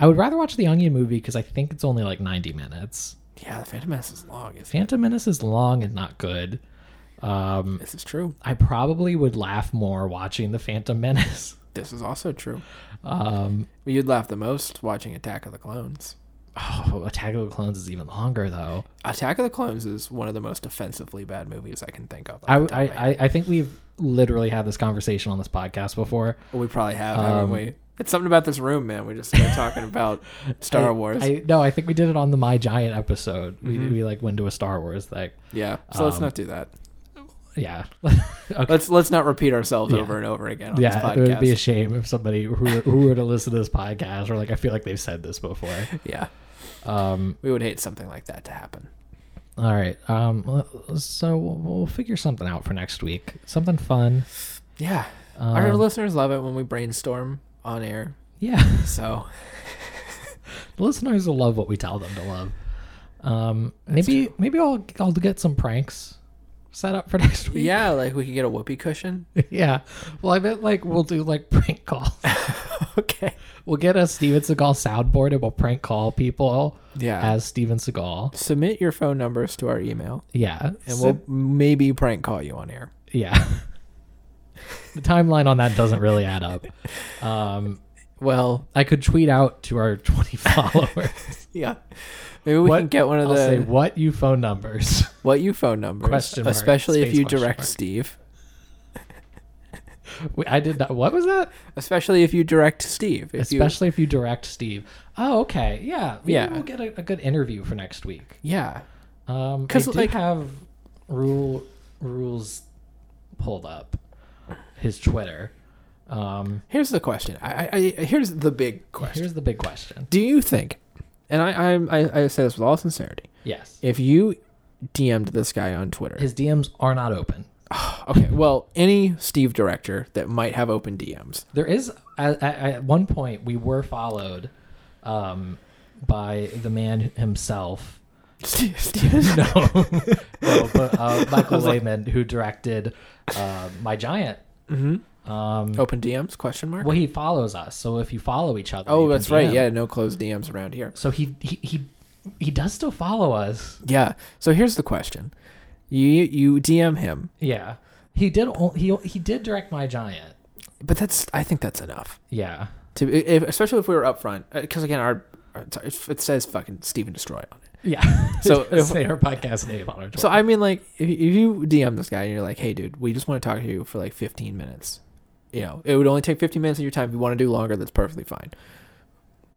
C: I would rather watch the Onion movie because I think it's only like ninety minutes.
D: Yeah, the Phantom Menace is long. Isn't
C: Phantom Menace is long and not good. Um,
D: it? This is true.
C: I probably would laugh more watching the Phantom Menace.
D: This is also true.
C: Um,
D: Well, You'd laugh the most watching Attack of the Clones.
C: oh, Attack of the Clones is even longer
D: Oh,
C: though.
D: Attack of the Clones is one of the most offensively bad movies I can think of.
C: I I, I, I think we've literally had this conversation on this podcast before.
D: we probably have,
C: um,
D: haven't we? It's something about this room, man. We just started talking about Star
C: I-
D: Wars. Mm-hmm.
C: I, no, I think we did it on the My Giant episode. We, we like went to a Star Wars thing.
D: yeah, so
C: um,
D: let's not do that.
C: Yeah. okay.
D: Let's let's not repeat ourselves over and over again on this
C: Yeah, it
D: podcast.
C: would be a shame if somebody who were, who were to listen to this podcast or like, I feel like they've said this before.
D: yeah,
C: Um,
D: we would hate something like that to happen.
C: all right. Um, l- so we'll, we'll figure something out for next week. Something fun.
D: Yeah, our
C: um,
D: listeners love it when we brainstorm on air.
C: Yeah.
D: So
C: The listeners will love what we tell them to love. Um, maybe maybe I'll I'll get some pranks set up for next week.
D: yeah, like we could get a whoopee cushion.
C: yeah. Well, I bet like we'll do like prank calls.
D: okay.
C: We'll get a Steven Seagal soundboard and we'll prank call people
D: Yeah.
C: as Steven Seagal.
D: Submit your phone numbers to our email,
C: Yeah.
D: and
C: so-
D: we'll maybe prank call you on air.
C: yeah. the timeline on that doesn't really add up. Um,
D: Well,
C: I could tweet out to our 20 followers.
D: yeah, maybe we
C: What-
D: can get one of
C: I'll
D: the
C: say what you phone numbers.
D: what you phone numbers,
C: Question mark,
D: especially if
C: space
D: you
C: question
D: direct
C: mark.
D: Steve.
C: Wait, I did not. What was that?
D: Especially if you direct Steve. If you-
C: Especially if you direct Steve. Oh, okay. Yeah. Maybe
D: Yeah.
C: We'll get a, a good interview for next week.
D: yeah,
C: Um,
D: 'Cause,
C: I do
D: like-
C: have rule rules pulled up his Twitter. Um,
D: here's the question. I, I, I here's the big question.
C: here's the big question.
D: Do you think, and I, I'm- I, I say this with all sincerity,
C: Yes,
D: if you DM'd this guy on Twitter,
C: his DMs are not open.
D: okay, well, any Steve director that might have open DMs,
C: There is at, at, at one point we were followed um, by the man himself.
D: Steve, Steve
C: No, no but, uh, Michael Wayman, who directed uh, My Giant.
D: Mm-hmm.
C: Um,
D: open DMs? Question mark.
C: Well, he follows us, so if you follow each other, you
D: oh,
C: can
D: that's right.
C: DM.
D: Yeah, no closed DMs around here.
C: So he he he he does still follow us.
D: Yeah. So here's the question: you you DM him,
C: Yeah, he did. o- He he did direct My Giant.
D: but that's I think that's enough.
C: Yeah,
D: To if, especially if we were up front, because again, our it's- it says fucking Steve and Destroy on it.
C: yeah.
D: So if-
C: say our podcast name on our
D: So I mean, like, if, if you DM this guy and you're like, "Hey, dude, we just want to talk to you for like 15 minutes," you know, it would only take 15 minutes of your time. If you want to do longer, that's perfectly fine.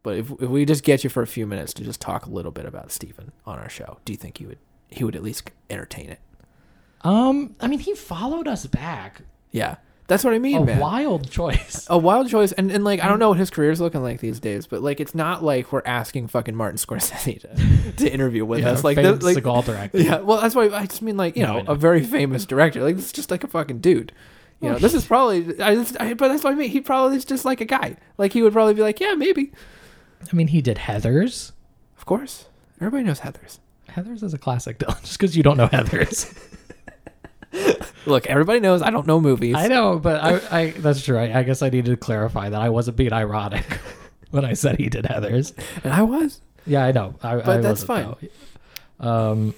D: But if, if we just get you for a few minutes to just talk a little bit about Steven on our show, do you think he would he would at least entertain it?
C: um, I mean, he followed us back.
D: Yeah, that's what I mean,
C: A
D: man.
C: wild choice.
D: a wild choice, and, and like I
C: Mm.
D: don't know what his career's looking like these days, but like it's not like we're asking fucking Martin Scorsese to, to interview with us. Like,
C: famed
D: this, like
C: Seagal director.
D: Yeah, well, that's why I just mean like you
C: No, I
D: know,
C: know.
D: a very famous director. Like this is just like a fucking dude. You know, this is probably, I, just- I, but that's what I mean. He probably is just like a guy. Like he would probably be like, yeah, maybe.
C: I mean, he did Heather's.
D: Of course, everybody knows Heather's.
C: Heather's is a classic, Dylan. Just because you don't know Heather's,
D: Look, everybody knows. I don't know movies.
C: I know, but I, I that's true. I, I guess I needed to clarify that I wasn't being ironic when I said he did Heather's.
D: and I was.
C: Yeah, I know. I,
D: But
C: I
D: that's
C: wasn't, though. Um,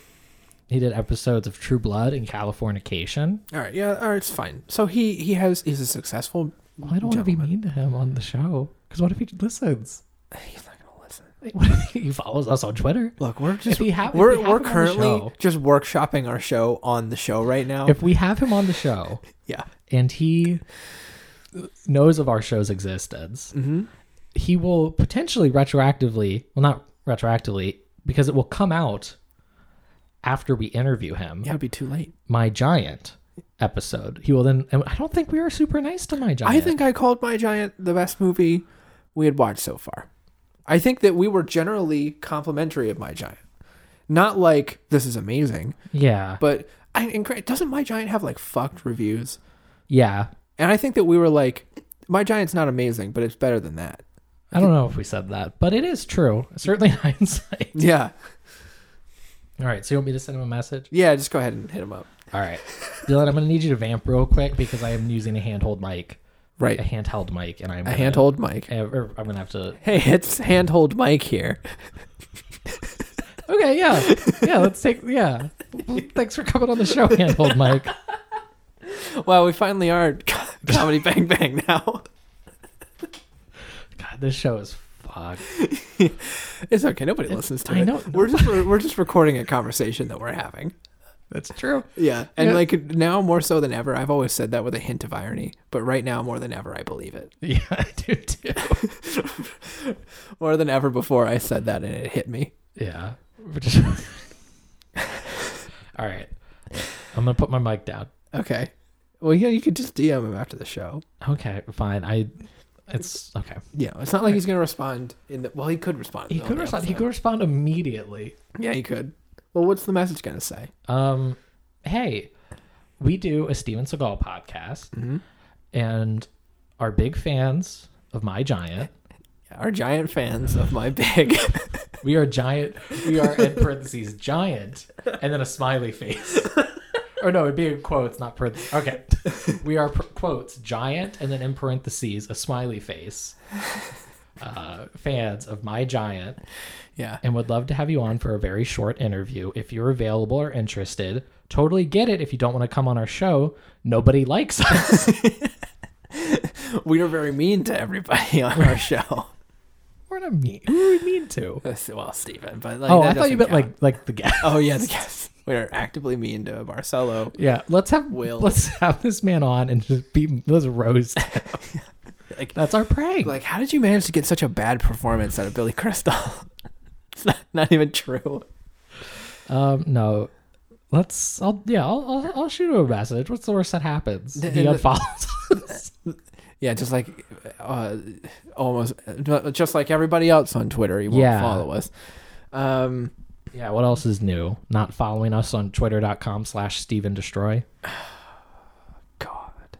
C: he did episodes of True Blood and Californication.
D: All right, yeah, all right, it's fine. So he he has he's a successful.
C: Well, I don't want to be mean to him on the show because what if he listens?
D: He's not gonna listen.
C: What if he follows us on Twitter?
D: Look, we're just
C: we have- if
D: we're
C: we
D: we're
C: have him on the
D: currently
C: show-
D: just workshopping our show on the show right now.
C: If we have him on the show
D: yeah,
C: and he knows of our show's existence, he will potentially retroactively, well, not retroactively, because it will come out after we interview him.
D: yeah, it'd be too late.
C: My Giant episode. He will then. and I don't think we were super nice to my giant.
D: I think I called My Giant the best movie we had watched so far. I think that we were generally complimentary of My Giant. Not like this is amazing,
C: Yeah.
D: but I, and gra- doesn't My Giant have like fucked reviews?
C: yeah.
D: And I think that we were like, My Giant's not amazing, but it's better than that.
C: I don't know if we said that, but it is true. Certainly in hindsight.
D: Yeah.
C: All right. So you want me to send him a message?
D: Yeah, just go ahead and hit him up.
C: All right, Dylan. I'm gonna need you to vamp real quick because I am using a handhold mic,
D: Right.
C: a handheld mic, and I'm
D: A
C: gonna-
D: handhold mic.
C: eh, or I'm gonna have to.
D: Hey, it's handhold mic here.
C: Okay. Yeah. Yeah. Let's take. Yeah. Well, Thanks for coming on the show, handhold mic.
D: Wow, we finally are comedy bang bang now.
C: God, this show is fucked.
D: It's okay. Nobody listens to
C: I
D: it.
C: know-
D: We're just we're, we're just recording a conversation that we're having.
C: That's true.
D: Yeah, and
C: Yeah.
D: like now more so than ever, I've always said that with a hint of irony, but right now more than ever, I believe it.
C: Yeah, I do too.
D: More than ever before, I said that and it hit me.
C: Yeah. We're just- All right. I'm gonna put my mic down.
D: Okay. Well, yeah, you could just DM him after the show.
C: Okay, fine. I. It's okay.
D: Yeah, it's not like he's gonna respond in the. Well, he could respond. in
C: He
D: the
C: could
D: only
C: respond. He could
D: episode.
C: respond immediately.
D: Yeah, he could. Well, what's the message gonna say?
C: Um, hey, we do a Steven Seagal podcast, and are big fans of My Giant.
D: Our giant fans of my big.
C: We are giant. We are in parentheses giant, and then a smiley face. or no, it'd be in quotes, not parentheses. Okay, we are pr- quotes giant, and then in parentheses a smiley face. Uh, fans of my giant,
D: yeah.
C: and would love to have you on for a very short interview if you're available or interested. Totally get it if you don't want to come on our show. Nobody likes us.
D: We are very mean to everybody on our show.
C: We're not mean. Who are we mean to?
D: well, Steven, but like.
C: Oh,
D: that
C: I thought you
D: doesn't
C: meant
D: count.
C: like like the guest.
D: Oh yeah, the guest. We are actively mean to Marcelo.
C: Yeah, let's have
D: Will.
C: let's have this man on and just be let's roast.
D: Like-
C: like that's our prank.
D: Like, how did you manage to get such a bad performance out of Billy Crystal? it's not, not even true.
C: um, no, let's. I'll yeah, I'll, I'll, I'll shoot him a message. What's the worst that happens?
D: The-
C: he
D: the-
C: unfollows. us.
D: Yeah, just like uh, almost uh, just like everybody else on Twitter, he won't
C: Yeah.
D: follow us. Um,
C: yeah, what else is new? Not following us on twitter.com slash Steven Destroy.
D: God.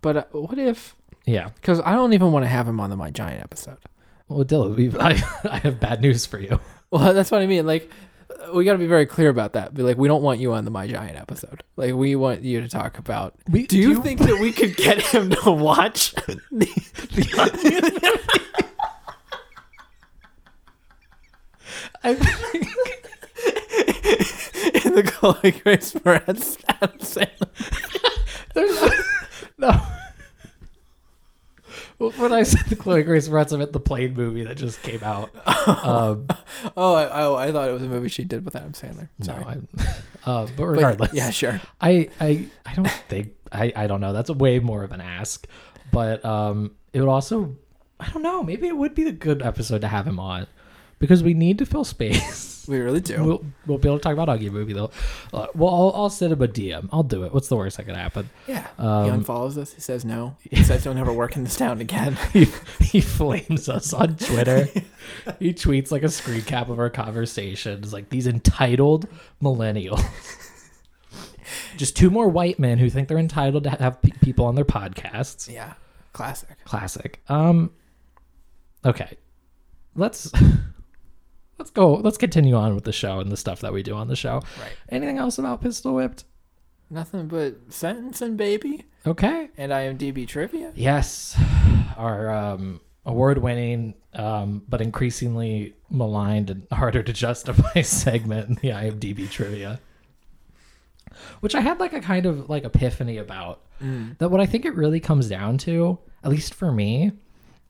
D: But uh, what if?
C: Yeah.
D: Because I don't even want to have him on the My Giant episode.
C: Well, Dylan, we've, I, I have bad news for you.
D: Well, that's what I mean. Like, we got to be very clear about that. Be like, we don't want you on the My Giant episode. Like, we want you to talk about.
C: We-
D: do you
C: do-
D: think that we could get him to watch?
C: I,
D: in the Chloe Grace Moretz Adam Sandler.
C: no. Well, When I said the Chloe Grace Moretz, I meant the plane movie that just came out. Um,
D: Oh, I, oh, I thought it was a movie she did with Adam Sandler. Sorry.
C: No, I, uh, but
D: But
C: regardless,
D: yeah, sure.
C: I, I, I don't think I, I don't know. That's a way more of an ask, but um, it would also, I don't know. Maybe it would be a good episode to have him on, because we need to fill space.
D: We really do.
C: We'll, we'll be able to talk about Augie movie though. Uh, well, I'll, I'll send him a DM. I'll do it. What's the worst that could happen?
D: yeah. he
C: Um,
D: unfollows us. He says no. He says don't ever work in this town again.
C: He, he flames us on Twitter. he tweets like a screen cap of our conversation. It's like these entitled millennials. Just two more white men who think they're entitled to have pe- people on their podcasts.
D: yeah. Classic.
C: Classic. Um okay. Let's let's go. Let's continue on with the show and the stuff that we do on the show.
D: Right.
C: Anything else about Pistol Whipped?
D: Nothing but sentencing, baby.
C: Okay.
D: And IMDb trivia.
C: Yes, our um, award-winning um, but increasingly maligned and harder to justify segment in the IMDb trivia, which I had like a kind of like epiphany about. That what I think it really comes down to, at least for me,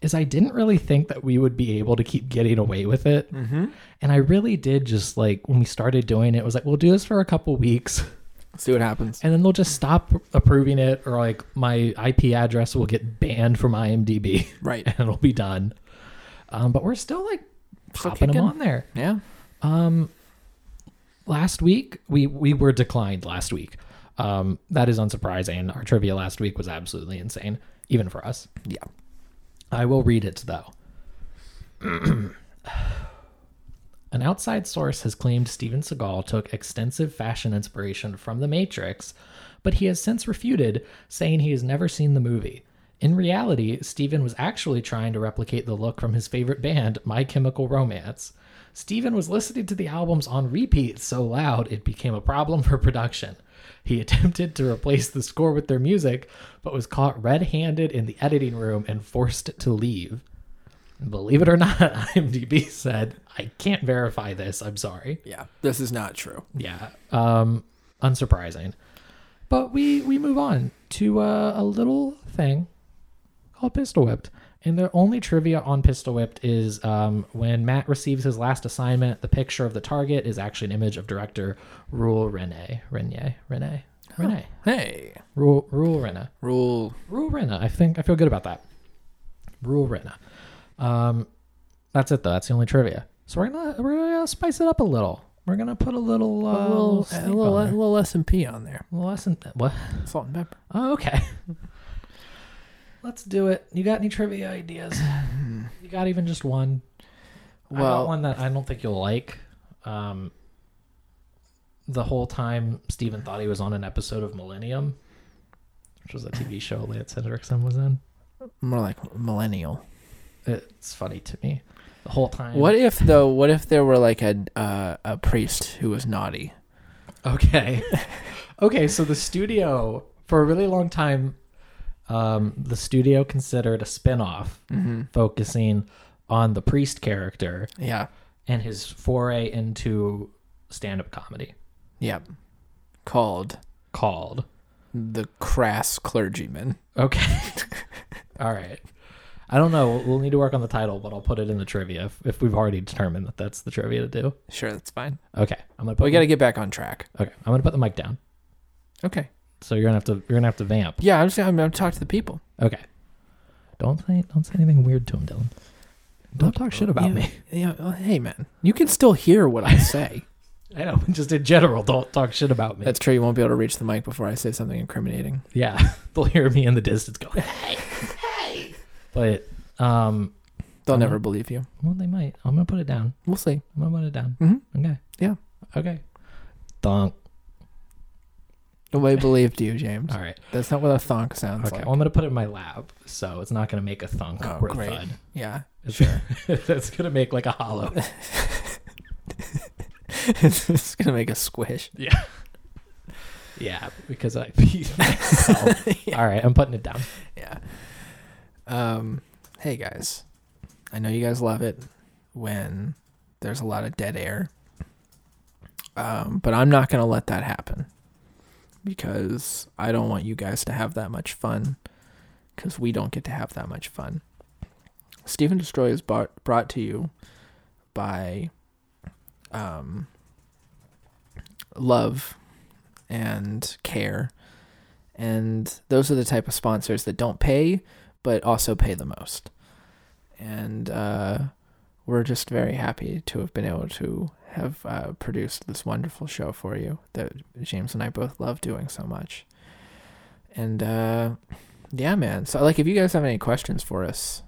C: is I didn't really think that we would be able to keep getting away with it, and I really did just like when we started doing it, it was like we'll do this for a couple weeks
D: see what happens.
C: and then they'll just stop approving it or like my IP address will get banned from IMDb
D: Right.
C: and it'll be done. Um, but we're still like
D: Still
C: popping them
D: kicking.
C: on there.
D: Yeah.
C: Last week we we were declined last week. Um, that is unsurprising. Our trivia last week was absolutely insane, even for us.
D: Yeah.
C: I will read it though. An outside source has claimed Steven Seagal took extensive fashion inspiration from The Matrix, but he has since refuted, saying he has never seen the movie. In reality, Steven was actually trying to replicate the look from his favorite band, My Chemical Romance. Steven was listening to the albums on repeat so loud it became a problem for production. He attempted to replace the score with their music, but was caught red handed in the editing room and forced to leave. Believe it or not, IMDb said, I can't verify this. I'm sorry.
D: Yeah. This is not true.
C: Yeah. Um, unsurprising. But we, we move on to uh, a little thing called Pistol Whipped. And the only trivia on Pistol Whipped is um, when Matt receives his last assignment, the picture of the target is actually an image of director Rule Rene. Rene. Rene. Rene.
D: Hey.
C: Rule, Rule Rene.
D: Rule.
C: Rule Renna. I think I feel good about that. Rule Renna. Um, that's it though. That's the only trivia. So we're gonna we're gonna spice it up a little. We're gonna put a little uh,
D: A little,
C: sneak
D: a little,
C: on
D: a
C: there.
D: little S and P on there.
C: A little lesson. What?
D: Salt and pepper.
C: Oh, okay. Let's do it. You got any trivia ideas? You got even just one? I got
D: Well-
C: one that I don't think you'll like. Um, the whole time Steven thought he was on an episode of Millennium, which was a TV show Lance Hendrickson was in.
D: More like millennial.
C: It's funny to me. The whole time.
D: What if though? What if there were like a uh, a priest who was naughty?
C: Okay. okay, so the studio, for a really long time, um, the studio considered a spinoff
D: Mm-hmm.
C: focusing on the priest character
D: Yeah.
C: and his foray into stand up comedy
D: Yeah. Called
C: called.
D: the crass clergyman.
C: Okay. All right. I don't know. We'll need to work on the title, but I'll put it in the trivia if, if we've already determined that that's the trivia to do.
D: Sure, that's fine.
C: Okay, I'm gonna
D: But
C: put
D: we
C: the-
D: got to get back on track.
C: okay. I'm gonna put the mic down.
D: Okay.
C: So you're gonna have to you're gonna have to vamp.
D: Yeah, I'm just I'm, I'm talking to the people.
C: Okay. Don't say don't say anything weird to him, Dylan. Don't talk shit about
D: yeah,
C: me.
D: Yeah. well, hey, man, you can still hear what I say.
C: I know. Just in general, don't talk shit about me.
D: that's true. You won't be able to reach the mic before I say something incriminating.
C: yeah, they'll hear me in the distance go, "Hey, hey!" But um,
D: They'll never believe you.
C: well, they might. I'm gonna put it down.
D: We'll see.
C: I'm gonna put it down.
D: Mm-hmm.
C: Okay.
D: Yeah.
C: Okay. Thunk.
D: Nobody believed you, James.
C: All right.
D: That's not what a thonk sounds
C: Okay.
D: like.
C: Well, I'm gonna put it in my lap, so it's not gonna make a thunk
D: Oh,
C: or a
D: great.
C: thud.
D: Yeah.
C: Sure. That's gonna make like a hollow.
D: it's gonna make a squish.
C: Yeah. Yeah, because I beat myself. All right, I'm putting it down.
D: Yeah. Um, hey guys, I know you guys love it when there's a lot of dead air. Um, but I'm not gonna let that happen because I don't want you guys to have that much fun because we don't get to have that much fun. Stephen Destroy is brought, brought to you by um, love and care and those are the type of sponsors that don't pay but also pay the most and uh, we're just very happy to have been able to have uh, produced this wonderful show for you that james and i both love doing so much and uh, yeah man so like if you guys have any questions for us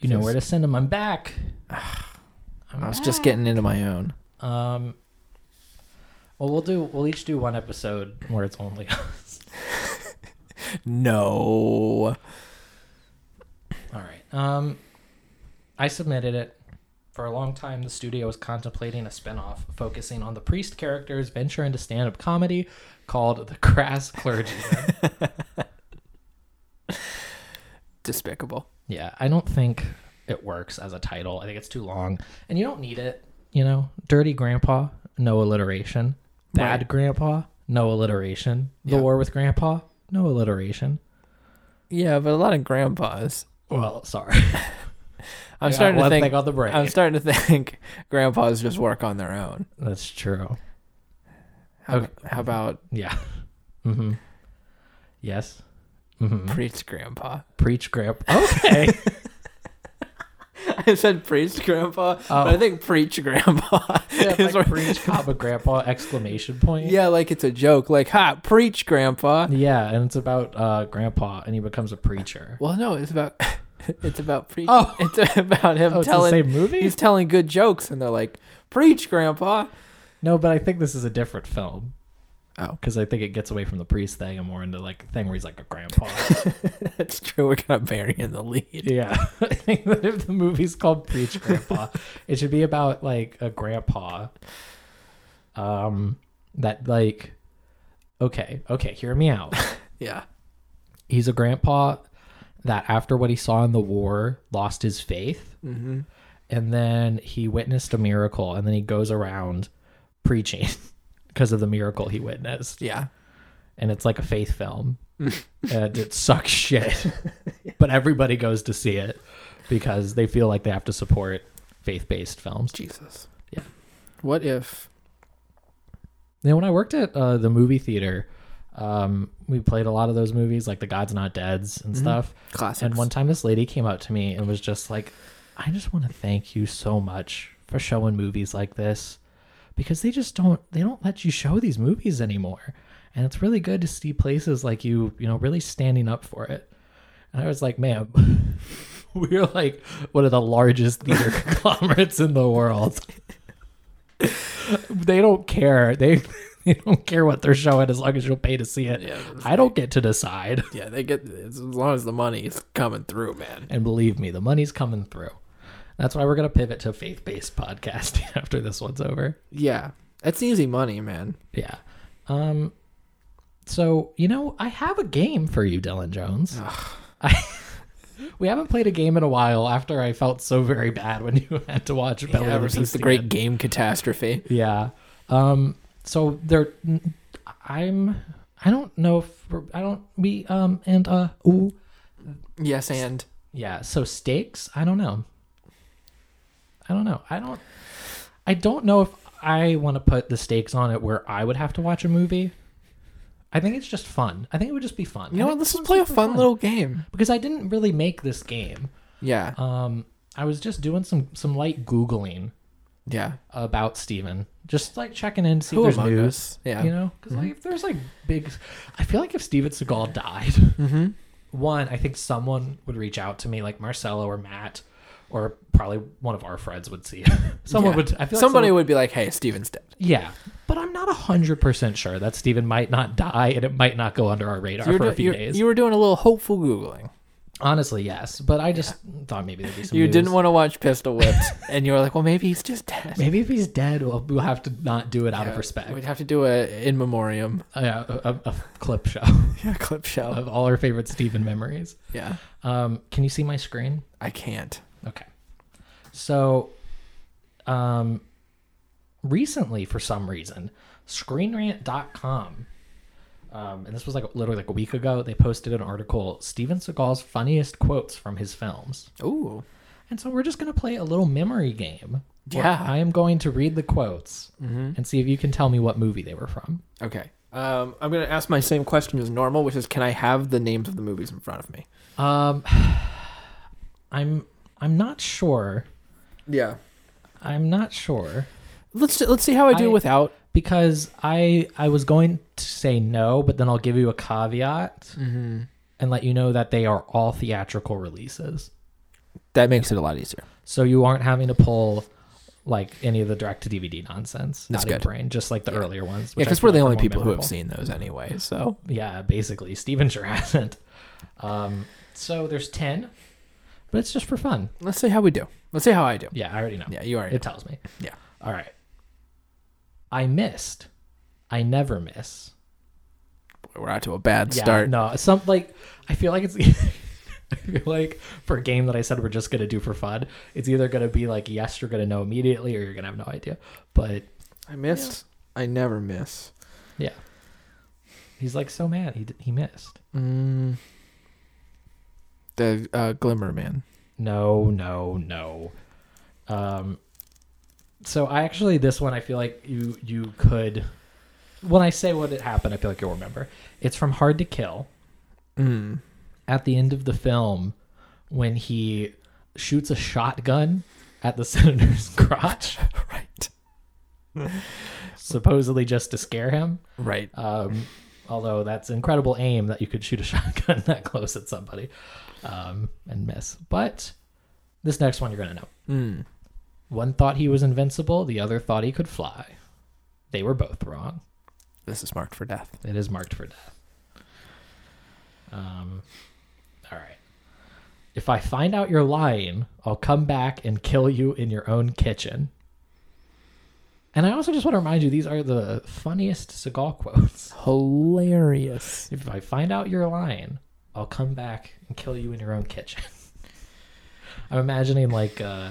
C: You know where to send them. I'm back. I'm
D: i was just getting into my own
C: back. Um. Well, we'll do. We'll each do one episode where it's only us.
D: no
C: All right. Um. I submitted it. For a long time, the studio was contemplating a spinoff focusing on the priest character's venture into stand-up comedy called The Crass Clergyman.
D: despicable
C: Yeah, I don't think it works as a title. I think it's too long, and you don't need it. You know, dirty grandpa, no alliteration. Bad
D: Right.
C: grandpa, no alliteration. The
D: Yeah.
C: war with grandpa, no alliteration.
D: yeah but a lot of grandpas
C: Well, sorry,
D: i'm
C: I got
D: starting to
C: one
D: think
C: thing on the brain.
D: i'm starting to think grandpas just work on their own
C: that's true.
D: How,
C: Okay.
D: how about
C: Yeah. Mm-hmm. Yes. Mm-hmm.
D: preach grandpa?
C: Preach grandpa. Okay.
D: I said preach grandpa, but I think preach grandpa.
C: Yeah,
D: is
C: it's like
D: where-
C: preach Cabo Grandpa exclamation point.
D: yeah, like it's a joke. Like, ha, preach grandpa.
C: Yeah, and it's about uh, Grandpa, and he becomes a preacher.
D: Well, no, it's about it's about preach.
C: Oh.
D: it's about him
C: Oh, it's the
D: telling
C: same movie?
D: He's telling good jokes, and they're like, preach grandpa.
C: No, but I think this is a different film.
D: Oh.
C: because I think it gets away from the priest thing and more into like a thing where he's like a grandpa.
D: That's true. We're kind of burying the lead.
C: yeah, I think that if the movie's called Preach Grandpa, it should be about like a grandpa. Um, that like, okay, okay, hear me out.
D: Yeah.
C: he's a grandpa that after what he saw in the war lost his faith
D: Mm-hmm.
C: and then he witnessed a miracle and then he goes around preaching because of the miracle he witnessed
D: Yeah.
C: and it's like a faith film and it sucks shit but everybody goes to see it because they feel like they have to support faith-based films
D: Jesus.
C: Yeah.
D: What if?
C: Now, when I worked at uh, the movie theater, um, we played a lot of those movies, like The God's Not Dead's and stuff.
D: Classics.
C: And one time, this lady came up to me and was just like, "I just want to thank you so much for showing movies like this, because they just don't they don't let you show these movies anymore, and it's really good to see places like you, you know, really standing up for it." And I was like, "Ma'am." We're like one of the largest theater conglomerates in the world they don't care. They they don't care what they're showing as long as you'll pay to see it.
D: Yeah, that's
C: I don't get to decide.
D: Yeah, they get as long as the money is coming through, man.
C: And believe me, the money's coming through. That's why we're gonna pivot to faith based podcasting after this one's over.
D: Yeah, that's easy money, man.
C: Yeah. Um. So you know, I have a game for you, Dylan Jones. I. We haven't played a game in a while after I felt so very bad when you had to watch Belly
D: ever since the great game catastrophe.
C: Yeah. Um. So there, I'm. I don't know if we're- I don't we um and uh ooh
D: Yes, and
C: yeah. So stakes. I don't know. I don't know. I don't. I don't know if I want to put the stakes on it where I would have to watch a movie. I think it's just fun. I think it would just be fun.
D: you know
C: I
D: what?
C: think
D: Let's just
C: this one's
D: play a
C: super
D: fun little game.
C: because I didn't really make this game.
D: Yeah,
C: Um, I was just doing some some light googling
D: yeah.
C: about Steven. Just like checking in, see
D: Who
C: if there's
D: among
C: news.
D: us? Yeah, Mm-hmm.
C: You know, because like if there's like big, I feel like if Steven Seagal died,
D: Mm-hmm.
C: one, I think someone would reach out to me, like Marcelo or Matt, or probably one of our friends would see. It. someone
D: Yeah.
C: would. I feel like
D: somebody
C: someone-
D: would be like, "Hey, Steven's dead."
C: Yeah, but I'm not hundred percent sure that Steven might not die and it might not go under our radar
D: You were,
C: for
D: do-
C: a few
D: you-
C: days.
D: you were doing a little hopeful googling.
C: Honestly, yes, but I just thought maybe there'd be some.
D: You
C: news.
D: didn't want to watch Pistol Whips, and you were like, "Well, maybe he's just dead."
C: Maybe if he's dead, we'll, we'll have to not do it out of respect.
D: We'd have to do a in memoriam.
C: Yeah, a, a, a clip show
D: Yeah, clip show.
C: of all our favorite Steven memories.
D: Yeah,
C: Um, can you see my screen?
D: I can't.
C: Okay. So, um, recently, for some reason, ScreenRant.com, um, and this was like literally like a week ago, they posted an article Steven Seagal's funniest quotes from his films.
D: Ooh,
C: And so we're just going to play a little memory game. where
D: Yeah.
C: I am going to read the quotes and see if you can tell me what movie they were from.
D: Okay. Um, I'm gonna ask my same question as normal, which is, can I have the names of the movies in front of me?
C: Um, I'm I'm not sure.
D: Yeah.
C: I'm not sure.
D: Let's let's see how I do
C: I-
D: without.
C: because I I was going to say no, but then I'll give you a caveat and let you know that they are all theatrical releases,
D: That makes it a lot easier.
C: so you aren't having to pull like any of the direct to DVD nonsense
D: That's
C: out of your
D: good.
C: brain, just like the earlier ones.
D: Yeah,
C: which I
D: because
C: feel
D: we're the
C: like are
D: only
C: more
D: people who have
C: memorable.
D: seen those anyway. So
C: Yeah, basically, Steven sure hasn't. Um, so there's ten, but it's just for fun.
D: let's see how we do. Let's see how I do.
C: Yeah, I already know.
D: Yeah, you already.
C: it
D: know.
C: tells me.
D: Yeah.
C: All right. I missed. I never miss.
D: We're out to a bad
C: Yeah,
D: start.
C: No, some like I feel like it's I feel like for a game that I said we're just gonna do for fun, it's either gonna be like yes, you're gonna know immediately, or you're gonna have no idea. But
D: I missed. I never miss.
C: yeah, he's like so mad he d- he missed.
D: Mm. The uh, Glimmer Man.
C: No, no, no. Um, so I actually this one I feel like you you could. When I say what it happened, I feel like you'll remember. It's from Hard to Kill.
D: Mm.
C: at the end of the film when he shoots a shotgun at the senator's crotch,
D: right.
C: supposedly just to scare him.
D: Right.
C: Um, although that's incredible aim that you could shoot a shotgun that close at somebody um, and miss. But this next one you're going to know.
D: Mm.
C: One thought he was invincible, the other thought he could fly. They were both wrong.
D: This is marked for death.
C: It is marked for death. Um, all right. If I find out you're lying, I'll come back and kill you in your own kitchen. And I also just want to remind you these are the funniest Seagal quotes.
D: Hilarious.
C: If I find out you're lying, I'll come back and kill you in your own kitchen. I'm imagining like uh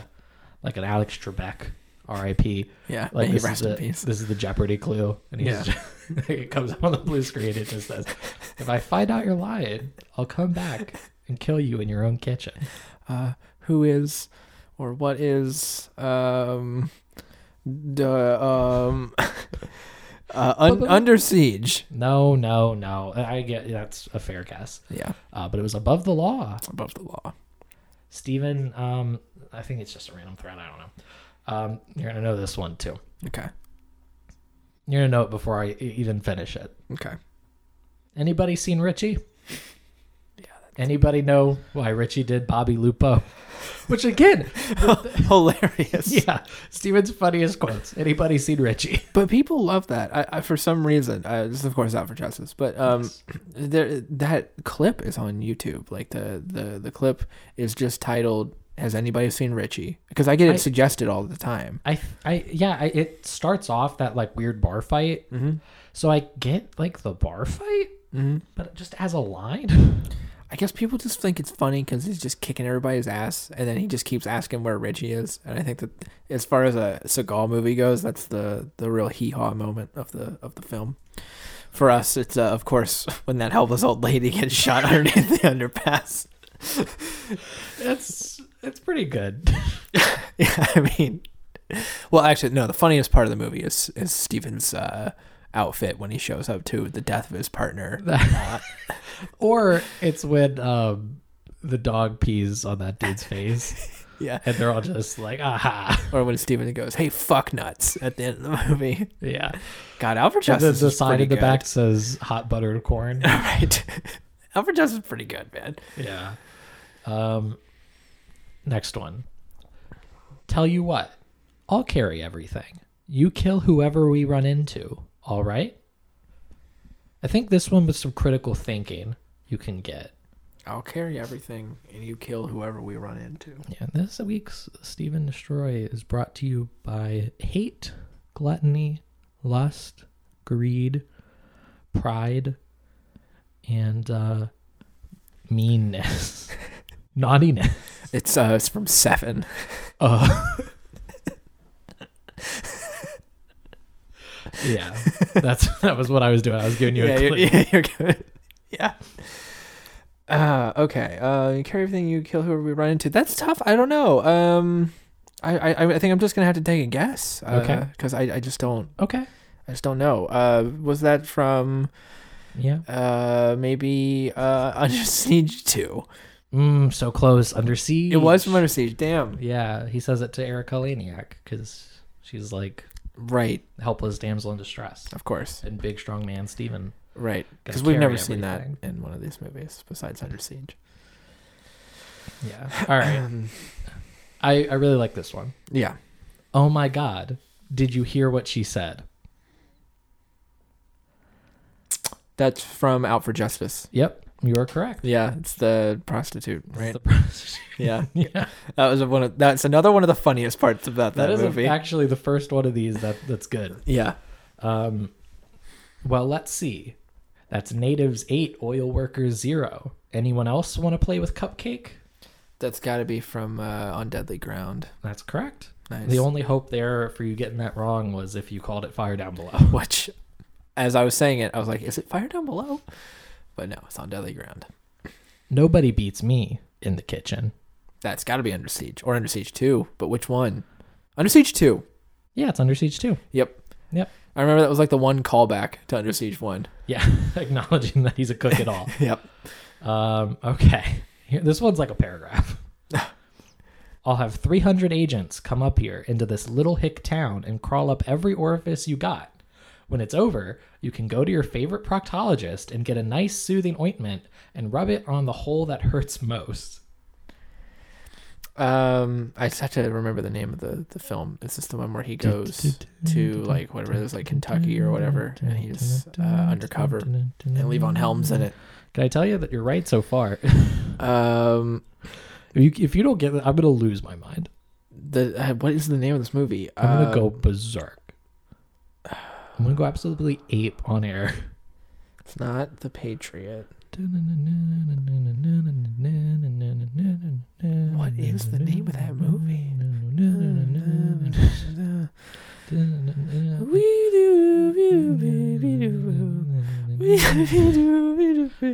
C: like an Alex Trebek, R.I.P.
D: Yeah. may
C: Like
D: he
C: this is,
D: rest in
C: the,
D: peace.
C: this is the Jeopardy clue, and he's
D: Yeah.
C: just- it comes up on the blue screen. It just says, "If I find out you're lying, I'll come back and kill you in your own kitchen."
D: uh, who is or what is um the um uh, un- under siege
C: No, no, no. I get that's a fair guess,
D: yeah
C: uh, but it was above the law.
D: above the law
C: Stephen, um, I think it's just a random thread. I don't know. Um, you're gonna know this one too.
D: okay
C: You're gonna know it before I e- even finish it.
D: okay
C: Anybody seen Richie? Anybody know why Richie did Bobby Lupo? Which again,
D: hilarious
C: yeah, Steven's funniest quotes. Anybody seen Richie?
D: but people love that I, I for some reason uh, this is of course out for justice but um
C: Yes.
D: there that clip is on youtube like the the the clip is just titled has anybody seen richie because i get it
C: I-
D: suggested all the time
C: I, I, yeah, I, it starts off that like weird bar fight. So I get like the bar fight, but just as a line,
D: I guess people just think it's funny because he's just kicking everybody's ass, and then he just keeps asking where Richie is. And I think that, as far as a Seagal movie goes, that's the the real hee haw moment of the of the film. For us, it's uh, of course when that helpless old lady gets shot underneath the underpass.
C: it's it's pretty good.
D: Yeah, I mean, well, actually, no. The funniest part of the movie is is Steven's uh, outfit when he shows up to the death of his partner.
C: or it's when um, the dog pees on that dude's face,
D: Yeah,
C: and they're all just like, aha,
D: or when Steven goes, "Hey, fuck nuts!" at the end of the movie.
C: yeah.
D: God, Alfred
C: The, the,
D: Justice.
C: the
D: is
C: side
D: pretty
C: of the
D: good.
C: back says hot buttered corn.
D: right. Alfred Justice is pretty good, man.
C: Yeah. Um, next one. Tell you what, I'll carry everything. You kill whoever we run into. All right. I think this one with some critical thinking you can get.
D: I'll carry everything, and you kill whoever we run into.
C: Yeah. This week's Stephen Destroy is brought to you by hate, gluttony, lust, greed, pride, and uh, meanness, naughtiness.
D: It's uh, it's from Seven.
C: Uh, Yeah, that's that was what I was doing. I was giving you
D: yeah,
C: a
D: you're,
C: clue.
D: yeah, you're good. Yeah. Uh, okay. Uh, you carry everything, you kill whoever we run into. That's tough. I don't know. Um, I, I, I think I'm just gonna have to take a guess. Uh,
C: Okay.
D: Because I, I just don't,
C: Okay.
D: I just don't know. Uh, was that from
C: Yeah.
D: uh maybe uh Under Siege Two?
C: Mm, so close. Under siege.
D: It was from Under Siege. Damn.
C: Yeah, he says it to Erica Laniak because she's like
D: Right.
C: helpless damsel in distress,
D: Of course.
C: and big strong man Stephen.
D: Right.
C: Gotta
D: Because we've
C: carry
D: never seen that
C: everything.
D: in one of these movies besides Under Siege.
C: Yeah. All right.
D: Um,
C: I I really like this one.
D: Yeah.
C: Oh my God! Did you hear what she said?
D: That's from Out for Justice.
C: Yep, you are correct.
D: Yeah, it's the prostitute, right?
C: The prostitute.
D: yeah.
C: yeah,
D: That was one of that's another one of the funniest parts about that,
C: that is
D: movie.
C: actually the first one of these that that's good.
D: yeah.
C: Um, well, let's see. That's natives eight, oil workers zero. Anyone else want to play with Cupcake?
D: That's got to be from uh, On Deadly Ground.
C: That's correct.
D: Nice.
C: The only hope there for you getting that wrong was if you called it fire down below.
D: Which as I was saying it, I was like, is it Fire Down Below? But no, it's On Deadly Ground.
C: Nobody beats me in the kitchen.
D: That's got to be Under Siege or Under Siege 2, but which one? Under Siege 2.
C: Yeah, it's under siege too.
D: Yep.
C: Yep.
D: I remember that was like the one callback to Under Siege 1.
C: Yeah, acknowledging that he's a cook at all.
D: Yep.
C: Um, okay. Here, this one's like a paragraph. I'll have 300 agents come up here into this little hick town and crawl up every orifice you got. When it's over, you can go to your favorite proctologist and get a nice soothing ointment and rub it on the hole that hurts most.
D: Um, I just have to remember the name of the, the film. It's just the one where he goes to like whatever it is, like Kentucky or whatever, and he's uh, undercover and Levon Helms in it.
C: Can I tell you that you're right so far?
D: Um,
C: if, you, if you don't get it, I'm going to lose my mind.
D: the uh, what is the name of this movie?
C: I'm going to
D: Uh,
C: go berserk. I'm going to go absolutely ape on air.
D: It's not The Patriot.
C: What
D: What is the name of that movie? Um,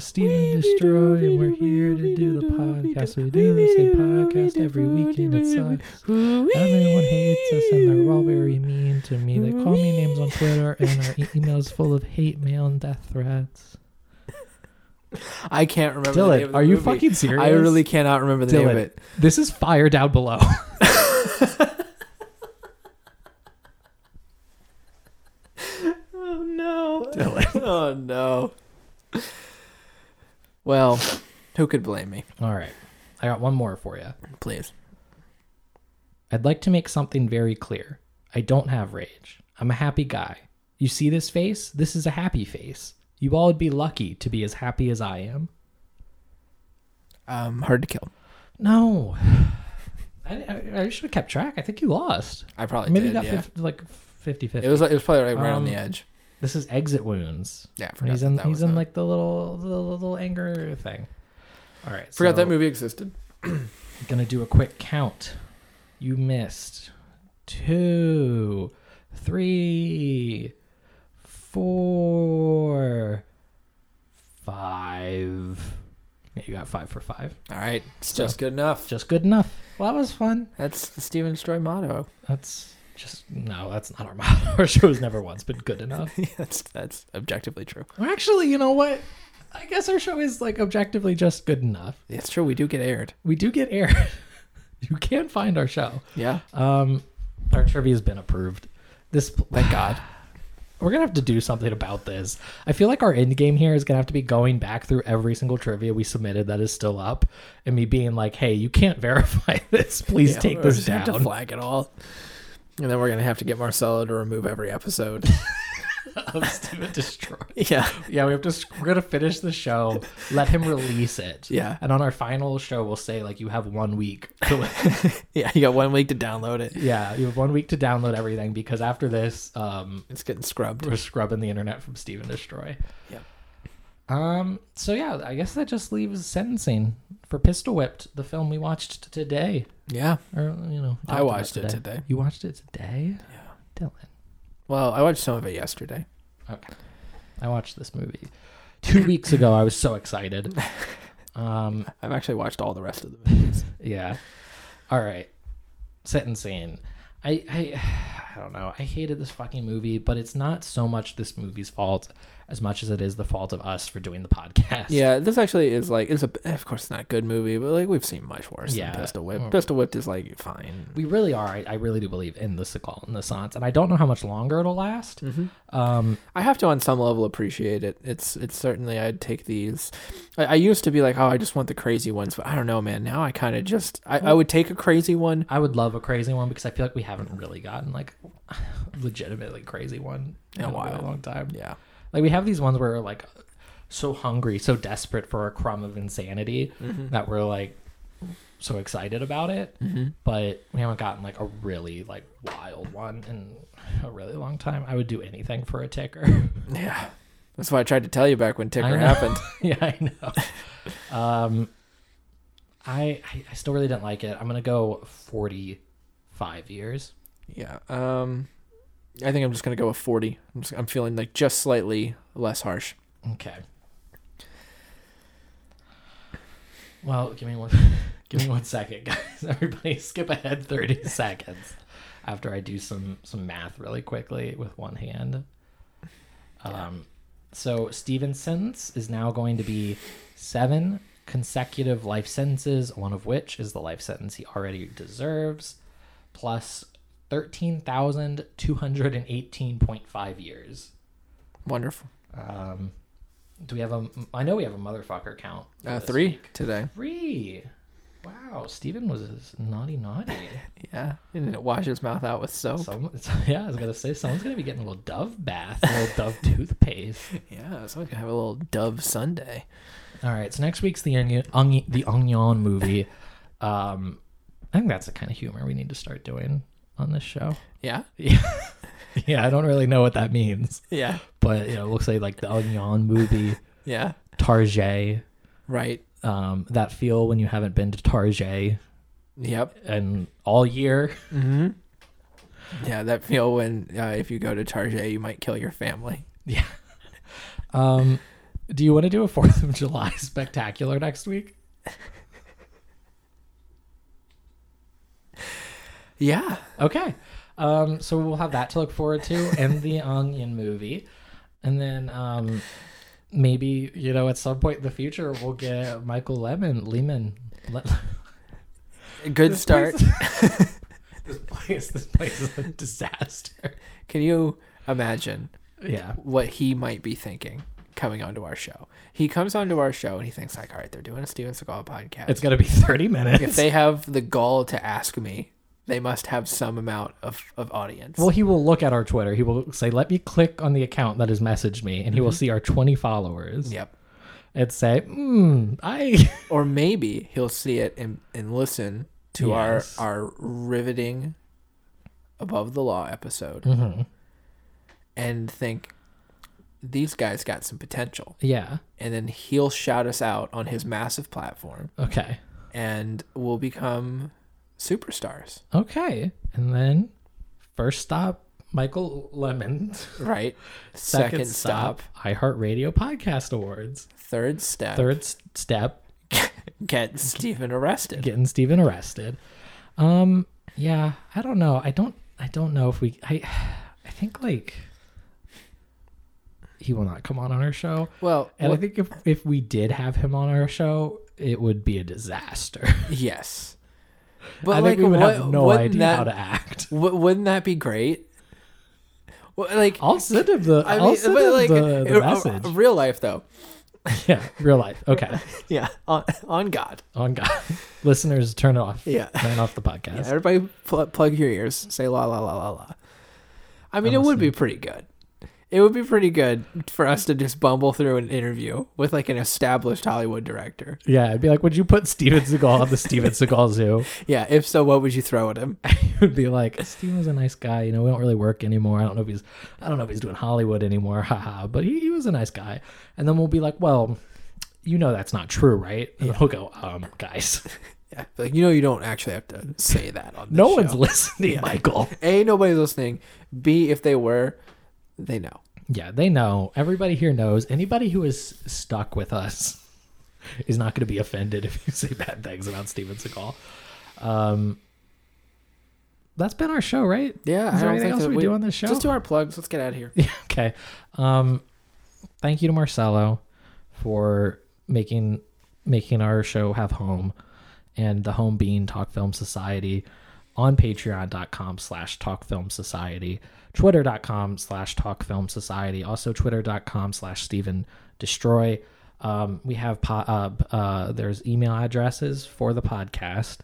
C: Steven Destroy, and we're here to do the podcast. We do the same podcast every weekend. It sucks. uh, Everyone hates us, and they're all very mean to me. They call me names on Twitter, and our e- email's full of hate mail and death threats.
D: I can't remember. the name of
C: Dylan,
D: the
C: are you
D: movie.
C: fucking serious?
D: I really cannot remember the name of
C: Dylan.
D: it.
C: This is fire down below.
D: Oh no. oh no. Well, who could blame me?
C: All right. I got one more for you.
D: Please.
C: I'd like to make something very clear. I don't have rage. I'm a happy guy. You see this face? This is a happy face. You all would be lucky to be as happy as I am.
D: Um, hard to kill.
C: No. I, I, I should have kept track. I think you lost.
D: I probably
C: Maybe
D: did.
C: you got
D: yeah.
C: 50, like 50
D: It was like- it was probably like right on
C: Um,
D: the edge.
C: This is exit wounds.
D: Yeah, I
C: And
D: forgot
C: he's
D: that
C: in,
D: that
C: he's
D: was
C: in
D: a-
C: like the little, the little anger thing. All right.
D: Forgot
C: so-
D: that movie existed.
C: Gonna do a quick count. You missed two, three, four, five. Yeah, you got five for five.
D: All right, it's just good enough.
C: Just good enough. Well, that was fun.
D: That's the Steven Stroy motto.
C: That's just no. That's not our motto. Our show's never once been good enough.
D: that's that's objectively true.
C: Actually, you know what? I guess our show is like objectively just good enough.
D: It's true. We do get aired.
C: We do get air. you can find our show.
D: Yeah.
C: Um, our trivia has been approved. This
D: Thank God.
C: we're gonna have to do something about this. I feel like our end game here is gonna have to be going back through every single trivia we submitted that is still up, and me being like, "Hey, you can't verify this. Please
D: Yeah,
C: take
D: we're
C: this
D: just gonna have
C: down."
D: To flag it all. And then we're gonna have to get Marcelo to remove every episode.
C: Of Steven Destroy.
D: yeah.
C: Yeah, we have to. We're gonna finish the show. Let him release it.
D: Yeah.
C: and on our final show, we'll say like, "You have one week to
D: Yeah. You got one week to download it.
C: yeah, you have one week to download everything because after this, um,
D: It's getting scrubbed.
C: we're scrubbing the internet from Steven Destroy.
D: Yep.
C: Um. So yeah, I guess that just leaves sentencing for Pistol Whipped, the film we watched today.
D: Yeah.
C: Or you know,
D: I
C: talked about
D: watched it today.
C: You watched it today,
D: Yeah.
C: Dylan.
D: Well, I watched some of it yesterday.
C: Okay. I watched this movie two weeks ago. I was so excited. Um.
D: I've actually watched all the rest of the movies.
C: Yeah. All right. Sentencing. I I I don't know. I hated this fucking movie, but it's not so much this movie's fault as much as it is the fault of us for doing the podcast.
D: yeah, this actually is like it's a of course it's not a good movie, but like we've seen much worse
C: Yeah.
D: than Pistol Whip. Pistol Whipped is like fine.
C: We really are. I, I really do believe in the sequel and the science, and I don't know how much longer it'll last. Um,
D: I have to on some level appreciate it. It's it's certainly I'd take these. I, I used to be like, oh, I just want the crazy ones, but I don't know, man. Now I kind of just I, I would take a crazy one.
C: I would love a crazy one because I feel like we haven't really gotten like legitimately crazy one
D: In a
C: really
D: while.
C: long time.
D: Yeah,
C: Like we have these ones where we're like so hungry, so desperate for a crumb of insanity that we're like so excited about it, but we haven't gotten like a really like wild one in a really long time. I would do anything for a ticker.
D: yeah. That's why I tried to tell you back when
C: I
D: Ticker
C: know.
D: happened.
C: yeah, I know. Um, I, I I still really didn't like it. I'm gonna go 45 years.
D: Yeah. Um, I think I'm just gonna go with forty. I'm just, I'm feeling like just slightly less harsh.
C: Okay. Well, give me one. Give me one second, guys. Everybody, skip ahead 30 seconds after I do some some math really quickly with one hand. Um, so Stevenson's is now going to be seven consecutive life sentences, one of which is the life sentence he already deserves, plus 13,218.5 years.
D: Wonderful.
C: Um, do we have a? I know we have a motherfucker count. for
D: Uh,
C: this
D: three
C: week.
D: today.
C: Three. Wow, Steven was a naughty, naughty.
D: Yeah. And it wash his mouth out with soap.
C: Some, yeah, I was gonna say someone's gonna be getting a little Dove bath, a little Dove toothpaste.
D: Yeah. Someone can have a little Dove Sunday.
C: All right, so next week's the onion, onion the onion movie. Um, I think that's the kind of humor we need to start doing on this show.
D: Yeah.
C: Yeah, I don't really know what that means,
D: Yeah.
C: but you know, we'll say like the onion movie,
D: Yeah.
C: Target.
D: Right.
C: Um, that feel when you haven't been to Target
D: Yep.
C: and all year.
D: Yeah. That feel when uh, if you go to Target, you might kill your family.
C: Yeah. Um, do you want to do a Fourth of July spectacular next week?
D: Yeah.
C: Okay. Um, so we'll have that to look forward to and the Onion movie. And then um, maybe, you know, at some point in the future, we'll get Michael Lemon, Lehman. Le-
D: Good start.
C: this, place, this place is a disaster.
D: Can you imagine
C: Yeah.
D: what he might be thinking coming onto our show? He comes onto our show and he thinks like, all right, they're doing a Steven Seagal podcast.
C: It's going to be 30 minutes.
D: if they have the gall to ask me, they must have some amount of, of audience.
C: well, he will look at our Twitter. He will say, let me click on the account that has messaged me, and he
D: Mm-hmm.
C: will see our 20 followers
D: yep.
C: and say, hmm, I.
D: Or maybe he'll see it and, and listen to
C: Yes.
D: our our riveting above the law episode
C: Mm-hmm.
D: and think these guys got some potential.
C: Yeah.
D: And then he'll shout us out on his massive platform
C: Okay.
D: and we'll become superstars.
C: Okay. And then first stop, Michael Lemon.
D: Right? Second, stop,
C: iHeartRadio Podcast Awards.
D: third step,
C: Third s- step,
D: get Steven arrested.
C: getting Steven arrested. Um, yeah, I don't know. I don't I don't know if we I I think like he will not come on our show.
D: well,
C: And
D: what-
C: I think if if we did have him on our show, it would be a disaster.
D: Yes.
C: I
D: But
C: think
D: like,
C: we would
D: what,
C: have no
D: wouldn't
C: idea
D: that,
C: how to act.
D: wou- wouldn't that be great? Well, like,
C: I'll send him the
D: I
C: will
D: mean,
C: send
D: but
C: him
D: like,
C: the, the
D: uh, uh,
C: message.
D: real life though.
C: yeah, real life. Okay.
D: Yeah, on, on God.
C: on God. Listeners, turn it off.
D: Yeah.
C: Turn off the
D: Yeah,
C: podcast.
D: everybody pl- plug your ears. Say la la la la la. I mean, it would be pretty good. It would be pretty good for us to just bumble through an interview with like an established Hollywood director.
C: Yeah, I'd be like, would you put Steven Seagal on the Steven Seagal Zoo?
D: Yeah, if so, what would you throw at him?
C: It would be like, Steven was a nice guy. You know, we don't really work anymore. I don't know if he's, I don't know if he's doing Hollywood anymore. Haha. But he, he was a nice guy. And then we'll be like, well, you know that's not true, right? And he'll go, um, guys,
D: Yeah, like you know, you don't actually have to say that on. This
C: no
D: show.
C: one's listening, Michael.
D: A, nobody's listening. B, if they were, they know.
C: Yeah, they know. Everybody here knows. Anybody who is stuck with us is not going to be offended if you say bad things about Steven Seagal. Um, that's been our show, right?
D: Yeah.
C: Is there anything else
D: that
C: we do on this show?
D: Just do our plugs. Let's get out of here.
C: Yeah, okay. Um, thank you to Marcelo for making making our show have home and the home being Talk Film Society on patreon.com slash talk film society twitter.com slash talk film society also twitter.com slash stephen destroy um, we have po- uh, uh, there's email addresses for the podcast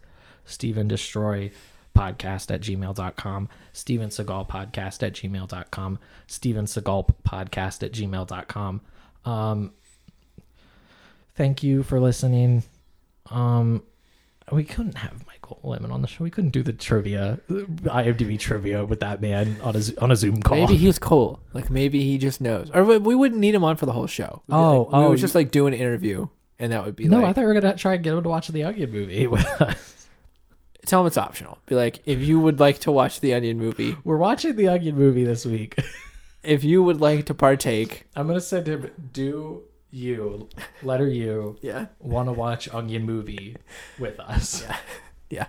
C: Steven Destroy podcast at gmail.com, Steven Seagal podcast at gmail.com, Steven Seagal podcast at gmail.com. Um, thank you for listening. Um, we couldn't have Michael Lemon on the show. We couldn't do the trivia, IMDb trivia with that man on a, Z- on a Zoom call.
D: Maybe he's cool. Like maybe he just knows. Or we- we wouldn't need him on for the whole show. We'd be
C: Oh,
D: like, we
C: oh,
D: would just like do an interview, and that would be
C: no,
D: like
C: I thought we were going to try and get him to watch the Onion movie with us.
D: tell him it's optional. Be like, if you would like to watch the Onion movie,
C: We're watching the Onion movie this week.
D: if you would like to partake,
C: I'm going to send him, do you, letter you,
D: yeah,
C: want to watch Onion Movie with us.
D: yeah,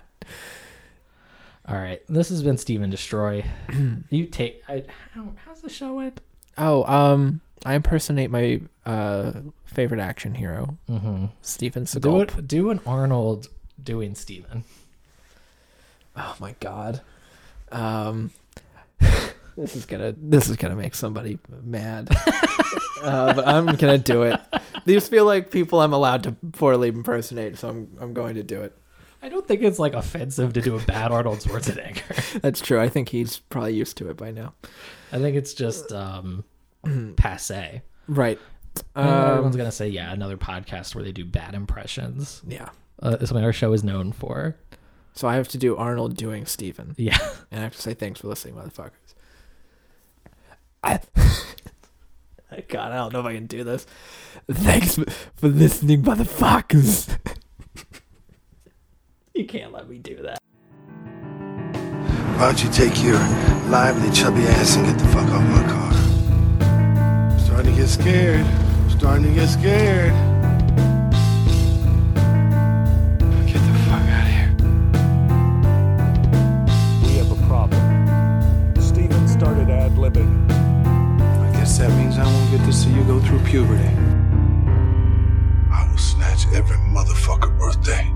C: All right. This has been Steven Destroy. you take. I, how, how's the show end?
D: oh, um, I impersonate my uh, favorite action hero,
C: Mhm.
D: Steven
C: Do
D: Seagal.
C: it. Do an Arnold doing Steven.
D: Oh my god. Um, this is gonna this is gonna make somebody mad. uh, but I'm gonna do it. These feel like people I'm allowed to poorly impersonate, so I'm I'm going to do it.
C: I don't think it's like offensive to do a bad Arnold Schwarzenegger.
D: That's true. I think he's probably used to it by now.
C: I think it's just um, passe.
D: Right.
C: I know everyone's
D: Um,
C: gonna say, yeah, another podcast where they do bad impressions.
D: yeah.
C: Uh, that's what our show is known for.
D: So I have to do Arnold doing Steven.
C: Yeah.
D: And I have to say thanks for listening, motherfuckers. I, God, I don't know if I can do this. Thanks for listening, motherfuckers. you can't let me do that.
A: Why don't you take your lively, chubby ass and get the fuck off my car? I'm starting to get scared. I'm starting to get scared. Get the fuck out of here.
B: We have a problem. Steven started ad libbing.
E: I guess that means I won't get to see you go through puberty.
A: I will snatch every motherfucker birthday.